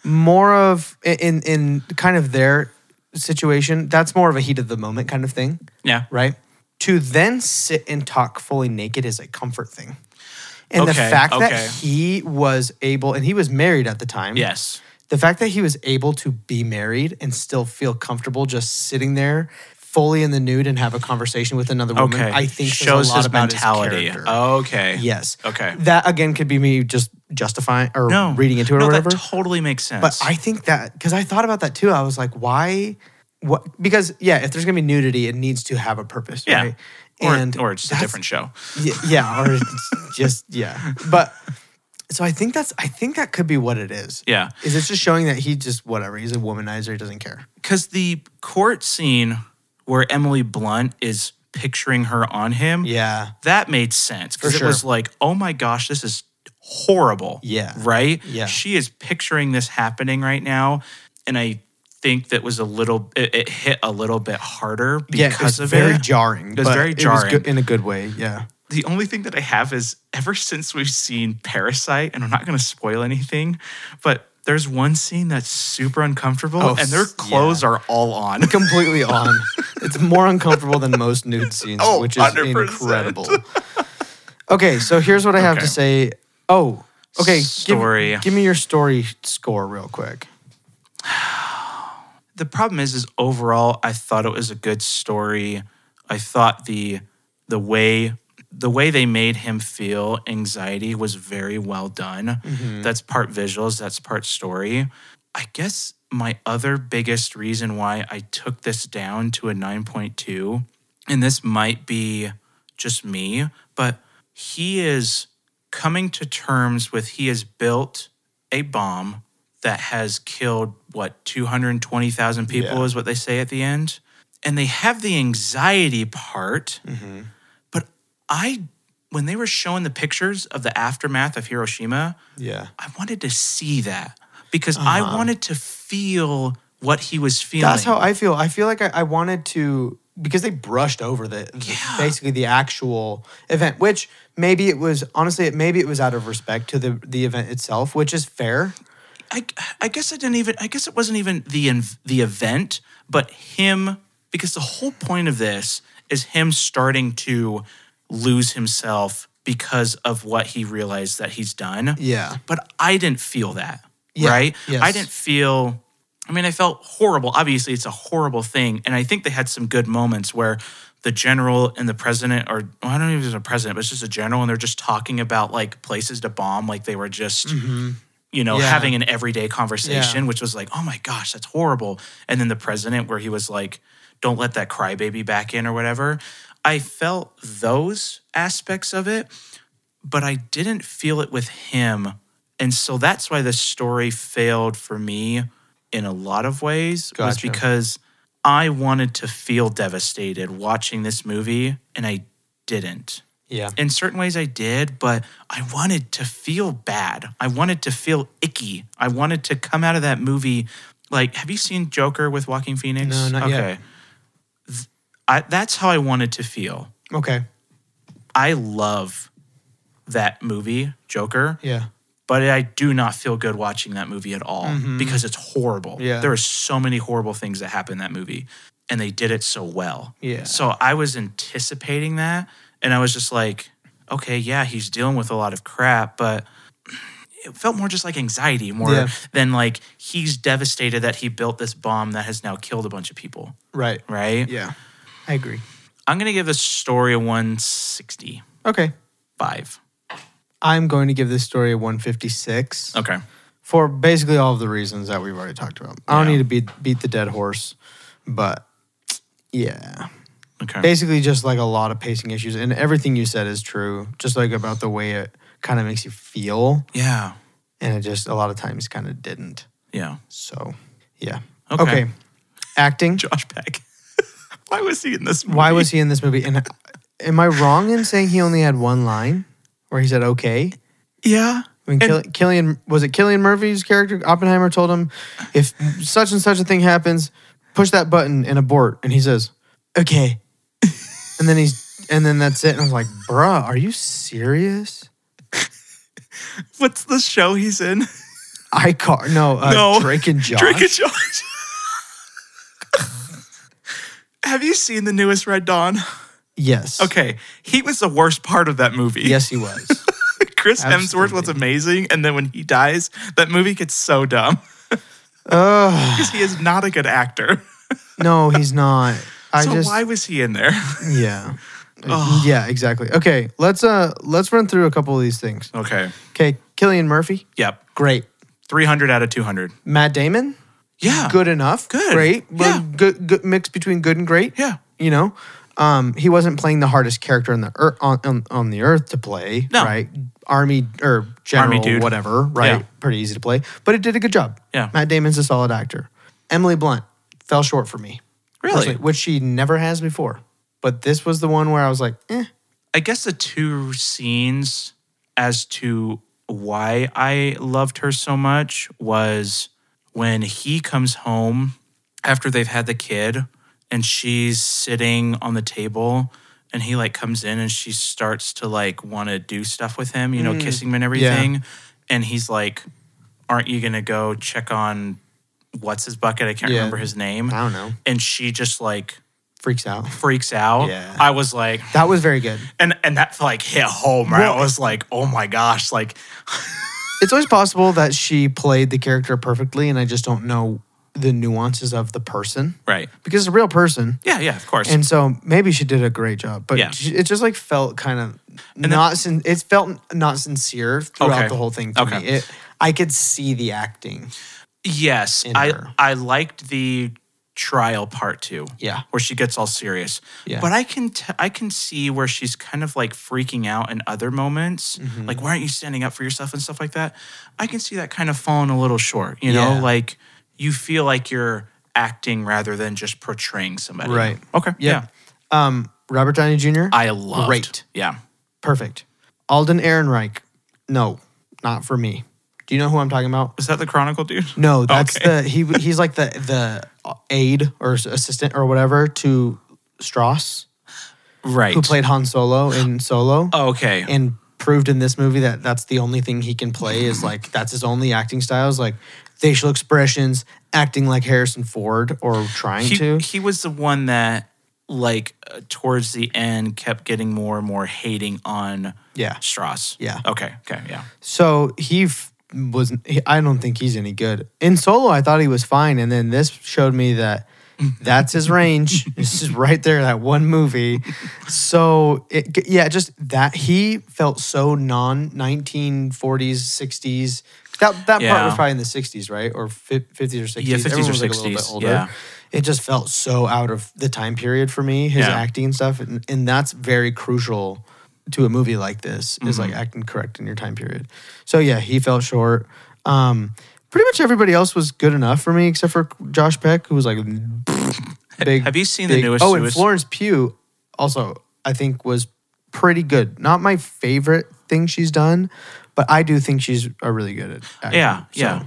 [SPEAKER 3] more of in in kind of their situation. That's more of a heat of the moment kind of thing,
[SPEAKER 2] yeah.
[SPEAKER 3] right? To then sit and talk fully naked is a comfort thing. And the
[SPEAKER 2] Okay,
[SPEAKER 3] fact
[SPEAKER 2] okay.
[SPEAKER 3] that he was able, and he was married at the time.
[SPEAKER 2] Yes.
[SPEAKER 3] the fact that he was able to be married and still feel comfortable just sitting there fully in the nude and have a conversation with another woman,
[SPEAKER 2] Okay.
[SPEAKER 3] I think
[SPEAKER 2] shows
[SPEAKER 3] says a lot
[SPEAKER 2] his
[SPEAKER 3] about
[SPEAKER 2] mentality.
[SPEAKER 3] His character.
[SPEAKER 2] okay.
[SPEAKER 3] yes.
[SPEAKER 2] Okay.
[SPEAKER 3] That again could be me just justifying or
[SPEAKER 2] No.
[SPEAKER 3] reading into it
[SPEAKER 2] no,
[SPEAKER 3] or whatever.
[SPEAKER 2] That totally makes sense.
[SPEAKER 3] but I think that because I thought about that too. I was like, why? What? Because yeah, if there's gonna be nudity, it needs to have a purpose,
[SPEAKER 2] Yeah.
[SPEAKER 3] right?
[SPEAKER 2] or, or it's just a
[SPEAKER 3] that's-
[SPEAKER 2] different show.
[SPEAKER 3] yeah, yeah or it's just yeah. But so I think that's I think that could be what it is.
[SPEAKER 2] Yeah.
[SPEAKER 3] Is it's just showing that he just whatever he's a womanizer? He doesn't care.
[SPEAKER 2] because the court scene where Emily Blunt is picturing her on him,
[SPEAKER 3] Yeah,
[SPEAKER 2] that made sense because
[SPEAKER 3] For
[SPEAKER 2] it was
[SPEAKER 3] sure.
[SPEAKER 2] like, oh my gosh, this is horrible.
[SPEAKER 3] Yeah.
[SPEAKER 2] Right?
[SPEAKER 3] Yeah.
[SPEAKER 2] She is picturing this happening right now. And I think that was a little, it, it hit a little bit harder
[SPEAKER 3] yeah.
[SPEAKER 2] because
[SPEAKER 3] It was
[SPEAKER 2] of
[SPEAKER 3] very
[SPEAKER 2] it.
[SPEAKER 3] jarring.
[SPEAKER 2] It was
[SPEAKER 3] but
[SPEAKER 2] very jarring.
[SPEAKER 3] good- in a good way. Yeah.
[SPEAKER 2] the only thing that I have is ever since we've seen Parasite, and I'm not going to spoil anything, but there's one scene that's super uncomfortable
[SPEAKER 3] Oh,
[SPEAKER 2] and their
[SPEAKER 3] s-
[SPEAKER 2] clothes are all on.
[SPEAKER 3] Completely on. It's more uncomfortable than most nude scenes,
[SPEAKER 2] Oh,
[SPEAKER 3] which is
[SPEAKER 2] 100%.
[SPEAKER 3] incredible. Okay, so here's what I have to say. Oh, okay. give-
[SPEAKER 2] Story.
[SPEAKER 3] Give, me your story score real quick.
[SPEAKER 2] the problem is is overall i thought it was a good story i thought the the way the way they made him feel anxiety was very well done that's part visuals that's part story i guess my other biggest reason why i took this down to a 9.2 and this might be just me but he is coming to terms with he has built a bomb that has killed what 220,000 people
[SPEAKER 3] Yeah.
[SPEAKER 2] is what they say at the end and they have the anxiety part
[SPEAKER 3] Mm-hmm.
[SPEAKER 2] but i when they were showing the pictures of the aftermath of Hiroshima
[SPEAKER 3] Yeah.
[SPEAKER 2] i wanted to see that because i wanted to feel what he was feeling
[SPEAKER 3] Uh-huh. That's how I feel. I feel like I, I wanted to because they brushed over the, the- basically the actual event, which maybe it was honestly, it maybe it was out of respect to the the event itself, which is fair.
[SPEAKER 2] I, I guess I didn't even. I guess it wasn't even the inv- the event, but him because the whole point of this is him starting to lose himself because of what he realized that he's done.
[SPEAKER 3] Yeah.
[SPEAKER 2] But I didn't feel that.
[SPEAKER 3] Yeah,
[SPEAKER 2] Right.
[SPEAKER 3] yes.
[SPEAKER 2] I didn't feel. I mean, I felt horrible. Obviously, it's a horrible thing, and I think they had some good moments where the general and the president, or well, I don't even know if it was a president, but it's just a general, and they're just talking about like places to bomb, like they were just you know,
[SPEAKER 3] Mm-hmm. Yeah.
[SPEAKER 2] having an everyday conversation, which was like, oh my gosh, that's horrible. And then the president, where he was like, don't let that crybaby back in or whatever. I felt those aspects of it, but I didn't feel it with him. And so that's why the story failed for me in a lot of ways was
[SPEAKER 3] Gotcha.
[SPEAKER 2] because I wanted to feel devastated watching this movie and I didn't.
[SPEAKER 3] Yeah.
[SPEAKER 2] In certain ways, I did, but I wanted to feel bad. I wanted to feel icky. I wanted to come out of that movie like, have you seen Joker with Walking Phoenix?
[SPEAKER 3] No, not yet.
[SPEAKER 2] Th- I, that's how I wanted to feel.
[SPEAKER 3] Okay.
[SPEAKER 2] I love that movie, Joker,
[SPEAKER 3] Yeah.
[SPEAKER 2] but I do not feel good watching that movie at all because it's horrible.
[SPEAKER 3] Mm-hmm. Yeah.
[SPEAKER 2] There are so many horrible things that happen in that movie, and they did it so well.
[SPEAKER 3] Yeah.
[SPEAKER 2] So I was anticipating that, and I was just like, okay, yeah, he's dealing with a lot of crap, but it felt more just like anxiety more
[SPEAKER 3] Yeah.
[SPEAKER 2] than like he's devastated that he built this bomb that has now killed a bunch of people,
[SPEAKER 3] Right.
[SPEAKER 2] right?
[SPEAKER 3] Yeah. I agree.
[SPEAKER 2] I'm going to give this story a 165.
[SPEAKER 3] Okay. I'm going to give this story a 156.
[SPEAKER 2] Okay.
[SPEAKER 3] for basically all of the reasons that we've already talked about. I don't
[SPEAKER 2] Yeah.
[SPEAKER 3] need to beat beat the dead horse, but yeah,
[SPEAKER 2] Okay.
[SPEAKER 3] basically just like a lot of pacing issues, and everything you said is true. Just like about the way it kind of makes you feel,
[SPEAKER 2] yeah.
[SPEAKER 3] and it just a lot of times kind of didn't.
[SPEAKER 2] Yeah.
[SPEAKER 3] So yeah,
[SPEAKER 2] Okay.
[SPEAKER 3] acting.
[SPEAKER 2] Josh Peck. Why was he in this movie?
[SPEAKER 3] Why was he in this movie? And uh, am I wrong in saying he only had one line where he said okay?
[SPEAKER 2] Yeah.
[SPEAKER 3] I mean,
[SPEAKER 2] And-
[SPEAKER 3] Kill- Killian was it Killian Murphy's character? Oppenheimer told him, if such and such a thing happens, push that button and abort. And he says, okay. and then he's and then that's it. And I was like, bruh, are you serious?
[SPEAKER 2] What's the show he's in?
[SPEAKER 3] I car no, uh,
[SPEAKER 2] No.
[SPEAKER 3] Drake and Josh.
[SPEAKER 2] Drake and Josh. Have you seen the newest Red Dawn?
[SPEAKER 3] yes.
[SPEAKER 2] Okay, he was the worst part of that movie.
[SPEAKER 3] Yes, he was.
[SPEAKER 2] Chris Hemsworth was
[SPEAKER 3] absolutely.
[SPEAKER 2] amazing, and then when he dies, that movie gets so dumb
[SPEAKER 3] Ugh,
[SPEAKER 2] because he is not a good actor.
[SPEAKER 3] no, he's not. I
[SPEAKER 2] so
[SPEAKER 3] just
[SPEAKER 2] why was he in there?
[SPEAKER 3] yeah.
[SPEAKER 2] Ugh.
[SPEAKER 3] Yeah, exactly. Okay, let's uh let's run through a couple of these things.
[SPEAKER 2] Okay.
[SPEAKER 3] Okay, Killian Murphy,
[SPEAKER 2] Yep.
[SPEAKER 3] great.
[SPEAKER 2] Three hundred out of two hundred.
[SPEAKER 3] Matt Damon,
[SPEAKER 2] Yeah.
[SPEAKER 3] good enough,
[SPEAKER 2] Good.
[SPEAKER 3] great,
[SPEAKER 2] Yeah.
[SPEAKER 3] Well, good, good mix between good and great.
[SPEAKER 2] Yeah.
[SPEAKER 3] you know, um, he wasn't playing the hardest character on the earth, on, on on the earth to play.
[SPEAKER 2] No.
[SPEAKER 3] right, army or general,
[SPEAKER 2] dude.
[SPEAKER 3] whatever. Right,
[SPEAKER 2] Yeah.
[SPEAKER 3] pretty easy to play, but it did a good job.
[SPEAKER 2] Yeah.
[SPEAKER 3] Matt Damon's a solid actor. Emily Blunt fell short for me,
[SPEAKER 2] Really?
[SPEAKER 3] personally, which she never has before. But this was the one where I was like, eh,
[SPEAKER 2] I guess the two scenes as to why I loved her so much was when he comes home after they've had the kid and she's sitting on the table and he like comes in and she starts to like want to do stuff with him, you
[SPEAKER 3] Mm.
[SPEAKER 2] know, kissing him and everything. And he's like, Aren't you gonna go check on what's his bucket? I can't
[SPEAKER 3] Yeah.
[SPEAKER 2] remember his name.
[SPEAKER 3] I don't know,
[SPEAKER 2] And she just like
[SPEAKER 3] freaks out.
[SPEAKER 2] freaks out.
[SPEAKER 3] Yeah.
[SPEAKER 2] I was like,
[SPEAKER 3] That was very good.
[SPEAKER 2] and and that like hit home right
[SPEAKER 3] Well-
[SPEAKER 2] i was like oh my gosh like
[SPEAKER 3] It's always possible that she played the character perfectly, and I just don't know the nuances of the person
[SPEAKER 2] right
[SPEAKER 3] because it's a real person.
[SPEAKER 2] yeah yeah of course
[SPEAKER 3] And so maybe she did a great job, but
[SPEAKER 2] Yeah.
[SPEAKER 3] she- it just like felt kind of not. Sin- it felt not sincere throughout
[SPEAKER 2] Okay.
[SPEAKER 3] the whole thing. To
[SPEAKER 2] Okay.
[SPEAKER 3] me. It, I could see the acting.
[SPEAKER 2] yes
[SPEAKER 3] in
[SPEAKER 2] i
[SPEAKER 3] her.
[SPEAKER 2] i liked the trial part too
[SPEAKER 3] Yeah.
[SPEAKER 2] where she gets all serious
[SPEAKER 3] Yeah.
[SPEAKER 2] but i can t- i can see where she's kind of like freaking out in other moments
[SPEAKER 3] Mm-hmm.
[SPEAKER 2] like why aren't you standing up for yourself and stuff like that i can see that kind of falling a little short you know
[SPEAKER 3] Yeah.
[SPEAKER 2] like you feel like you're acting rather than just portraying somebody
[SPEAKER 3] Right.
[SPEAKER 2] okay yeah
[SPEAKER 3] Yep. Um, Robert Downey Jr.
[SPEAKER 2] i loved
[SPEAKER 3] Great.
[SPEAKER 2] yeah
[SPEAKER 3] perfect. Alden Ehrenreich. No, not for me. Do you know who I'm talking about?
[SPEAKER 2] is that the chronicle dude
[SPEAKER 3] No, that's
[SPEAKER 2] Okay.
[SPEAKER 3] the he. He's like the the aide or assistant or whatever to Strauss,
[SPEAKER 2] right
[SPEAKER 3] who played Han Solo in Solo.
[SPEAKER 2] okay
[SPEAKER 3] and proved in this movie that that's the only thing he can play is like that's his only acting style is like facial expressions, acting like Harrison Ford or trying
[SPEAKER 2] he,
[SPEAKER 3] to.
[SPEAKER 2] He was the one that, like, uh, towards the end, kept getting more and more hating on
[SPEAKER 3] Yeah.
[SPEAKER 2] Strauss.
[SPEAKER 3] Yeah.
[SPEAKER 2] Okay. Okay. Yeah.
[SPEAKER 3] So he f- was. He, I don't think he's any good in solo. I thought he was fine, and then this showed me that that's his range. this is right there, that one movie. So it, yeah, just that he felt so non 1940s 60s. That that part
[SPEAKER 2] Yeah.
[SPEAKER 3] was probably in the 60s, right, or fif- 50s or 60s.
[SPEAKER 2] Yeah, 50s or
[SPEAKER 3] Everyone was, like, a little
[SPEAKER 2] 60s,
[SPEAKER 3] bit older.
[SPEAKER 2] yeah.
[SPEAKER 3] It just felt so out of the time period for me, his
[SPEAKER 2] Yeah.
[SPEAKER 3] acting and stuff, and, and that's very crucial to a
[SPEAKER 2] Mm-hmm.
[SPEAKER 3] movie like this is like acting correct in your time period. So yeah, he fell short. Um, pretty much everybody else was good enough for me except for Josh Peck, who was like big.
[SPEAKER 2] Have you seen the
[SPEAKER 3] big-
[SPEAKER 2] newest
[SPEAKER 3] Oh, and
[SPEAKER 2] Suicide-
[SPEAKER 3] Florence Pugh also I think was pretty good. Not my favorite thing she's done, but I do think she's a really good at. Acting,
[SPEAKER 2] Yeah,
[SPEAKER 3] So,
[SPEAKER 2] yeah.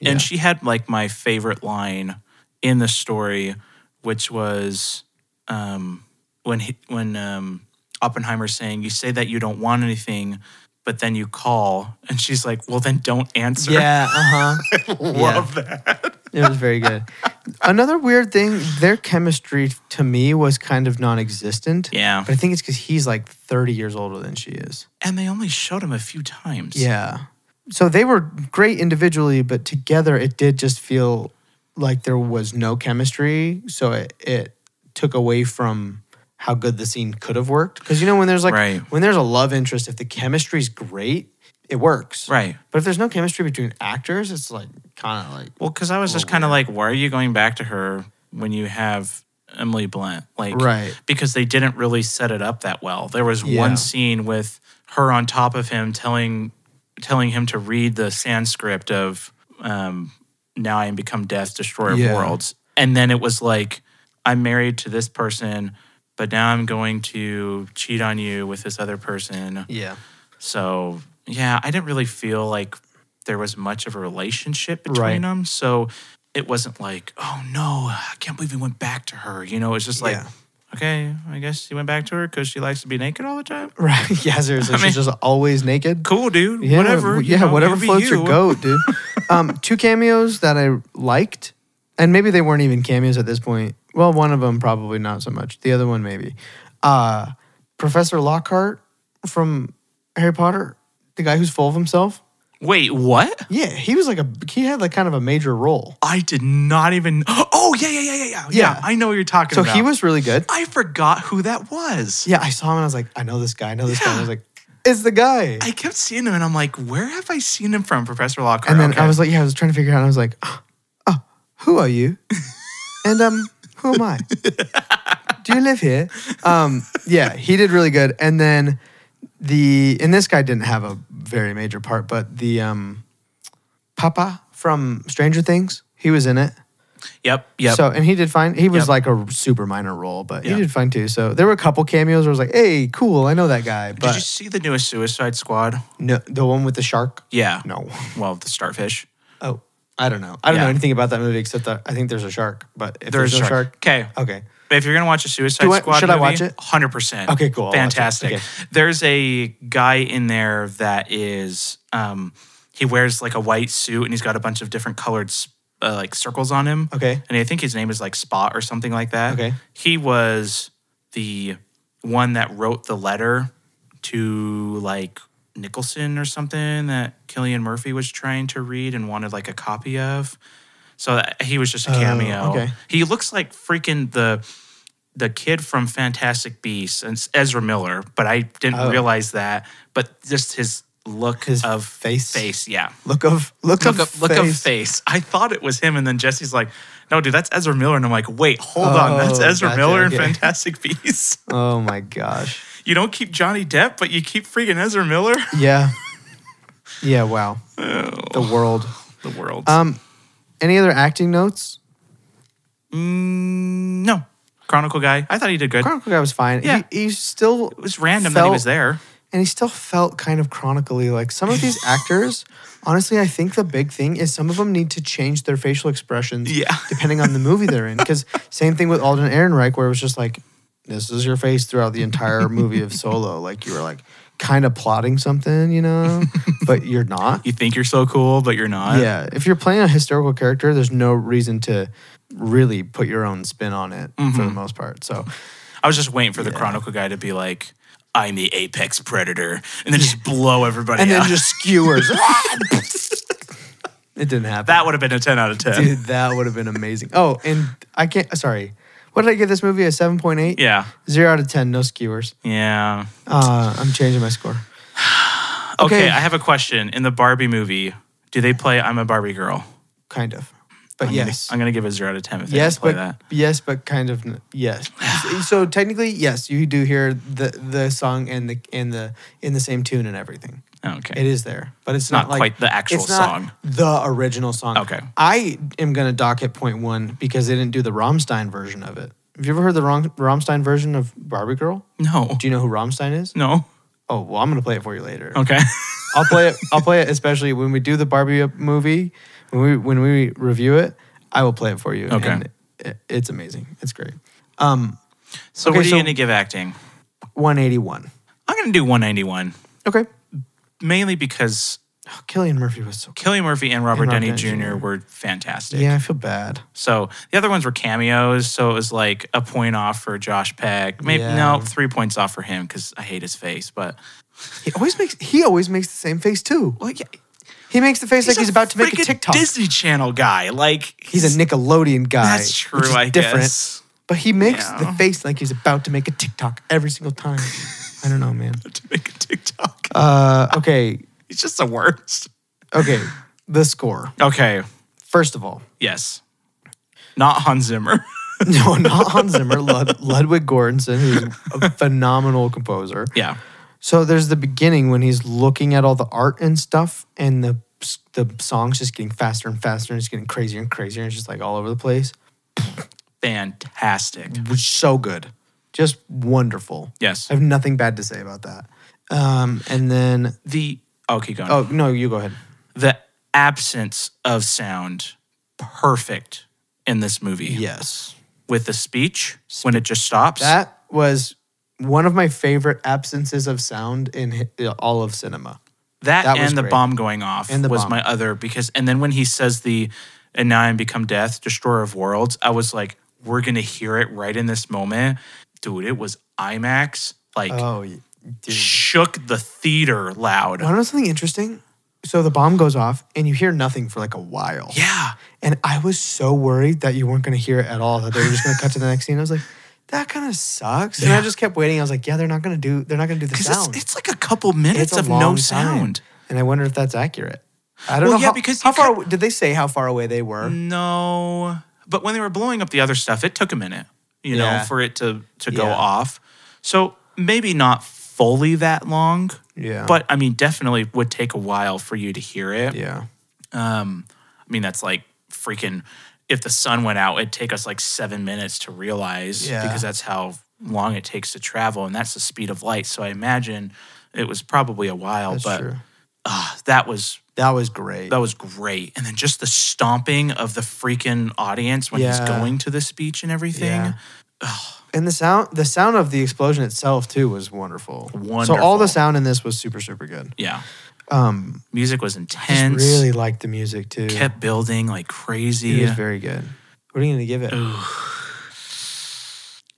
[SPEAKER 3] yeah.
[SPEAKER 2] And she had like my favorite line in the story, which was um, when he, when um, Oppenheimer's saying, "You say that you don't want anything, but then you call," and she's like, "Well, then don't answer."
[SPEAKER 3] Yeah, uh huh. Love that. It was very good. Another weird thing, their chemistry to me was kind of non-existent.
[SPEAKER 2] Yeah.
[SPEAKER 3] but I think it's because he's like 30 years older than she is.
[SPEAKER 2] And they only showed him a few times.
[SPEAKER 3] Yeah, so they were great individually, but together it did just feel like there was no chemistry. So it, it took away from how good the scene could have worked. Because you know when there's like
[SPEAKER 2] Right.
[SPEAKER 3] when there's a love interest, if the chemistry's great, it works.
[SPEAKER 2] Right.
[SPEAKER 3] But if there's no chemistry between actors, it's like kind of like
[SPEAKER 2] Well, because I was
[SPEAKER 3] Oh,
[SPEAKER 2] just kind of like, why are you going back to her when you have Emily Blunt? Like,
[SPEAKER 3] Right.
[SPEAKER 2] Because they didn't really set it up that well. There was
[SPEAKER 3] Yeah.
[SPEAKER 2] one scene with her on top of him, telling telling him to read the Sanskrit of um, "Now I am become death, destroyer of
[SPEAKER 3] Yeah.
[SPEAKER 2] worlds," and then it was like, "I'm married to this person." But now I'm going to cheat on you with this other person.
[SPEAKER 3] yeah.
[SPEAKER 2] So yeah, I didn't really feel like there was much of a relationship between
[SPEAKER 3] Right.
[SPEAKER 2] them. So it wasn't like, oh no, I can't believe he went back to her. You know, it's just like,
[SPEAKER 3] Yeah.
[SPEAKER 2] okay, I guess he went back to her because she likes to be naked all the time.
[SPEAKER 3] Right. Yeah, seriously.
[SPEAKER 2] I mean-
[SPEAKER 3] she's just always naked.
[SPEAKER 2] Cool, dude.
[SPEAKER 3] Yeah,
[SPEAKER 2] whatever. you
[SPEAKER 3] Yeah,
[SPEAKER 2] know,
[SPEAKER 3] whatever
[SPEAKER 2] you be
[SPEAKER 3] floats your
[SPEAKER 2] you.
[SPEAKER 3] goat, dude. um, two cameos that I liked, and maybe they weren't even cameos at this point. Well, one of them probably not so much. The other one maybe. Uh, Professor Lockhart from Harry Potter, the guy who's full of himself.
[SPEAKER 2] Wait, what?
[SPEAKER 3] Yeah, he was like a he had like kind of a major role.
[SPEAKER 2] I did not even. Oh yeah, yeah, yeah, yeah, yeah.
[SPEAKER 3] Yeah.
[SPEAKER 2] Yeah, I know what you're talking
[SPEAKER 3] So
[SPEAKER 2] about.
[SPEAKER 3] he was really good.
[SPEAKER 2] I forgot who that was.
[SPEAKER 3] Yeah, I saw him and I was like, I know this guy. I know this guy. And I was like, it's the guy.
[SPEAKER 2] I kept seeing him, and I'm like, where have I seen him from, Professor Lockhart?
[SPEAKER 3] And then
[SPEAKER 2] Okay.
[SPEAKER 3] I was like, yeah, I was trying to figure it out. And I was like, oh, who are you? and um, who am I? Do you live here? Um, yeah, he did really good. And then the and this guy didn't have a very major part, but the um, Papa from Stranger Things, he was in it.
[SPEAKER 2] yep, yep.
[SPEAKER 3] So and he did fine. He was
[SPEAKER 2] Yep.
[SPEAKER 3] like a super minor role, but
[SPEAKER 2] Yeah.
[SPEAKER 3] he did fine too. So there were a couple cameos where I was like, hey, cool, I know that guy. But
[SPEAKER 2] Did you see the newest Suicide Squad?
[SPEAKER 3] no, the one with the shark.
[SPEAKER 2] Yeah.
[SPEAKER 3] No.
[SPEAKER 2] Well, the starfish.
[SPEAKER 3] Oh, I don't know. I don't
[SPEAKER 2] Yeah.
[SPEAKER 3] know anything about that movie except that I think there's a shark. But if there's, no Uh, shark,
[SPEAKER 2] Okay.
[SPEAKER 3] okay,
[SPEAKER 2] If you're gonna watch a Suicide
[SPEAKER 3] Do I-
[SPEAKER 2] Squad,
[SPEAKER 3] should I
[SPEAKER 2] movie,
[SPEAKER 3] watch it?
[SPEAKER 2] Hundred percent.
[SPEAKER 3] Okay, cool, I'll watch it.
[SPEAKER 2] Fantastic.
[SPEAKER 3] Okay.
[SPEAKER 2] There's a guy in there that is. Um, he wears like a white suit and he's got a bunch of different colored s- uh, like circles on him.
[SPEAKER 3] Okay.
[SPEAKER 2] And I think his name is like Spot or something like that.
[SPEAKER 3] Okay.
[SPEAKER 2] He was the one that wrote the letter to like Nicholson or something that Killian Murphy was trying to read and wanted like a copy of. So that- he was just a cameo.
[SPEAKER 3] Oh, okay.
[SPEAKER 2] He looks like freaking the the kid from Fantastic Beasts and it's Ezra Miller, but I didn't
[SPEAKER 3] Oh.
[SPEAKER 2] realize that. But just his look
[SPEAKER 3] His
[SPEAKER 2] of
[SPEAKER 3] face?
[SPEAKER 2] face, yeah.
[SPEAKER 3] look of look,
[SPEAKER 2] Look
[SPEAKER 3] of
[SPEAKER 2] up, look up face. I thought it was him, and then Jesse's like, "No, dude, that's Ezra Miller." And I'm like, "Wait, hold on, that's
[SPEAKER 3] Oh,
[SPEAKER 2] Ezra
[SPEAKER 3] gotcha,
[SPEAKER 2] Miller
[SPEAKER 3] okay.
[SPEAKER 2] in Fantastic Beasts."
[SPEAKER 3] Oh my gosh.
[SPEAKER 2] you don't keep Johnny Depp, but you keep freaking Ezra Miller.
[SPEAKER 3] Yeah. Yeah. Wow. The world.
[SPEAKER 2] the world.
[SPEAKER 3] Um, any other acting notes?
[SPEAKER 2] Mm, no, Chronicle guy. I thought he did good.
[SPEAKER 3] Chronicle guy was fine.
[SPEAKER 2] Yeah.
[SPEAKER 3] He, he still
[SPEAKER 2] it was random that he was there.
[SPEAKER 3] and he still felt kind of chronically like some of these actors honestly i think the big thing is some of them need to change their facial expressions
[SPEAKER 2] Yeah.
[SPEAKER 3] depending on the movie they're in because same thing with alden ehrenreich where it was just like this is your face throughout the entire movie of solo like you were like kind of plotting something you know but you're not
[SPEAKER 2] You think you're so cool, but you're not.
[SPEAKER 3] yeah if you're playing a historical character there's no reason to really put your own spin on it for the most part so
[SPEAKER 2] I was just waiting for the Chronicle guy to be like, "I'm the apex predator," and then just blow everybody.
[SPEAKER 3] and
[SPEAKER 2] out.
[SPEAKER 3] then just skewers it didn't happen
[SPEAKER 2] that would have been a ten out of ten.
[SPEAKER 3] Dude, that would have been amazing. Oh, and I can't. Sorry, what did I give this movie? A seven point eight.
[SPEAKER 2] Yeah,
[SPEAKER 3] Zero out of ten. No skewers.
[SPEAKER 2] yeah.
[SPEAKER 3] Uh, I'm changing my score.
[SPEAKER 2] Okay.
[SPEAKER 3] Okay.
[SPEAKER 2] I have a question. In the Barbie movie, do they play "I'm a Barbie Girl"?
[SPEAKER 3] Kind of. But
[SPEAKER 2] I'm
[SPEAKER 3] yes.
[SPEAKER 2] gonna, I'm gonna give it a zero out of ten if they
[SPEAKER 3] yes,
[SPEAKER 2] play
[SPEAKER 3] but
[SPEAKER 2] that.
[SPEAKER 3] yes, but kind of n- yes. so technically, yes, you do hear the the song and the and the in the same tune and everything.
[SPEAKER 2] Oh, okay.
[SPEAKER 3] It is there, but it's
[SPEAKER 2] Not
[SPEAKER 3] not, like,
[SPEAKER 2] quite the actual
[SPEAKER 3] it's not
[SPEAKER 2] song.
[SPEAKER 3] The original song.
[SPEAKER 2] Okay.
[SPEAKER 3] I am gonna dock it point one because they didn't do the Rammstein version of it. Have you ever heard the Rom- Rammstein version of Barbie Girl?
[SPEAKER 2] no.
[SPEAKER 3] Do you know who Rammstein is?
[SPEAKER 2] no.
[SPEAKER 3] Oh well, I'm gonna play it for you later.
[SPEAKER 2] Okay.
[SPEAKER 3] I'll play it. I'll play it, especially when we do the Barbie movie. When we when we review it, I will play it for you.
[SPEAKER 2] Okay.
[SPEAKER 3] and it, it's amazing. It's great.
[SPEAKER 2] So
[SPEAKER 3] Okay,
[SPEAKER 2] what are
[SPEAKER 3] so-
[SPEAKER 2] you gonna give acting?
[SPEAKER 3] 181.
[SPEAKER 2] I'm gonna do 191
[SPEAKER 3] Okay.
[SPEAKER 2] mainly because
[SPEAKER 3] Oh, Killian Murphy was so.
[SPEAKER 2] Killian Murphy and Robert,
[SPEAKER 3] And Robert
[SPEAKER 2] Denny,
[SPEAKER 3] Downey
[SPEAKER 2] Jr.
[SPEAKER 3] Jr.
[SPEAKER 2] were fantastic.
[SPEAKER 3] Yeah, I feel bad.
[SPEAKER 2] So the other ones were cameos. So it was like a point off for Josh Peck. Maybe
[SPEAKER 3] Yeah.
[SPEAKER 2] no three points off for him because I hate his face. But
[SPEAKER 3] He always makes. He always makes the same face too.
[SPEAKER 2] well, yeah,
[SPEAKER 3] He makes the face like he's about to make a
[SPEAKER 2] freaking
[SPEAKER 3] TikTok.
[SPEAKER 2] Disney Channel guy. Like
[SPEAKER 3] he's a Nickelodeon guy.
[SPEAKER 2] That's true.
[SPEAKER 3] Which is
[SPEAKER 2] I
[SPEAKER 3] different.
[SPEAKER 2] guess.
[SPEAKER 3] But he makes the
[SPEAKER 2] Yeah.
[SPEAKER 3] face like he's about to make a TikTok every single time. I don't know, man.
[SPEAKER 2] to make a TikTok.
[SPEAKER 3] Uh, okay,
[SPEAKER 2] He's just the worst.
[SPEAKER 3] okay. The score.
[SPEAKER 2] Okay.
[SPEAKER 3] First of all,
[SPEAKER 2] Yes. Not Hans Zimmer.
[SPEAKER 3] no, not Hans Zimmer. Lud- Ludwig Göransson, who's a phenomenal composer.
[SPEAKER 2] yeah.
[SPEAKER 3] So there's the beginning when he's looking at all the art and stuff, and the the song's just getting faster and faster, and it's getting crazier and crazier, and it's just like all over the place.
[SPEAKER 2] Fantastic.
[SPEAKER 3] Which is so good, just wonderful.
[SPEAKER 2] Yes.
[SPEAKER 3] I have nothing bad to say about that. Um, and then
[SPEAKER 2] The okay, go on.
[SPEAKER 3] oh no, you go ahead.
[SPEAKER 2] The absence of sound, perfect in this movie.
[SPEAKER 3] Yes,
[SPEAKER 2] With the speech when it just stops.
[SPEAKER 3] that was one of my favorite absences of sound in hi- all of cinema.
[SPEAKER 2] That,
[SPEAKER 3] That was
[SPEAKER 2] and the
[SPEAKER 3] great.
[SPEAKER 2] bomb going off
[SPEAKER 3] And the
[SPEAKER 2] was
[SPEAKER 3] bomb.
[SPEAKER 2] my other because and then when he says the and now I am become death, destroyer of worlds, I was like, we're gonna hear it right in this moment. Dude, it was IMAX. Like
[SPEAKER 3] Oh, y- dude.
[SPEAKER 2] shook the theater loud.
[SPEAKER 3] Want to know something interesting? So the bomb goes off, and you hear nothing for like a while.
[SPEAKER 2] Yeah.
[SPEAKER 3] And I was so worried that you weren't going to hear it at all, that they were just going to cut to the next scene. I was like, that kind of sucks. And I
[SPEAKER 2] Yeah.
[SPEAKER 3] just kept waiting. I was like, yeah, they're not going to do, they're not going to do the
[SPEAKER 2] Because it's,
[SPEAKER 3] sound.
[SPEAKER 2] it's like a couple minutes
[SPEAKER 3] a
[SPEAKER 2] of no
[SPEAKER 3] long
[SPEAKER 2] sound.
[SPEAKER 3] time. And I wonder if that's accurate. I don't
[SPEAKER 2] Well,
[SPEAKER 3] know.
[SPEAKER 2] yeah,
[SPEAKER 3] how,
[SPEAKER 2] because
[SPEAKER 3] how
[SPEAKER 2] you Mm,
[SPEAKER 3] far
[SPEAKER 2] cut-
[SPEAKER 3] away- did they say how far away they were?
[SPEAKER 2] No. But when they were blowing up the other stuff, it took a minute, you
[SPEAKER 3] Yeah.
[SPEAKER 2] know, for it to to go
[SPEAKER 3] Yeah.
[SPEAKER 2] off. So maybe not fully that long.
[SPEAKER 3] Yeah.
[SPEAKER 2] But I mean, definitely would take a while for you to hear it.
[SPEAKER 3] Yeah.
[SPEAKER 2] Um, I mean, that's like freaking if the sun went out, it'd take us like seven minutes to realize
[SPEAKER 3] Yeah.
[SPEAKER 2] because that's how long it takes to travel, and that's the speed of light. So I imagine it was probably a while,
[SPEAKER 3] That's
[SPEAKER 2] but
[SPEAKER 3] true.
[SPEAKER 2] ah, that was
[SPEAKER 3] That was great.
[SPEAKER 2] that was great. And then just the stomping of the freaking audience when he's
[SPEAKER 3] Yeah.
[SPEAKER 2] going to the speech and everything.
[SPEAKER 3] Yeah. and the sound, the sound of the explosion itself too was wonderful. So all
[SPEAKER 2] Wonderful.
[SPEAKER 3] the sound in this was super, super good.
[SPEAKER 2] Yeah.
[SPEAKER 3] Um,
[SPEAKER 2] Music was
[SPEAKER 3] just
[SPEAKER 2] intense.
[SPEAKER 3] really liked the music too.
[SPEAKER 2] kept uh, building like
[SPEAKER 3] It
[SPEAKER 2] crazy.
[SPEAKER 3] was very good. What are you gonna give it?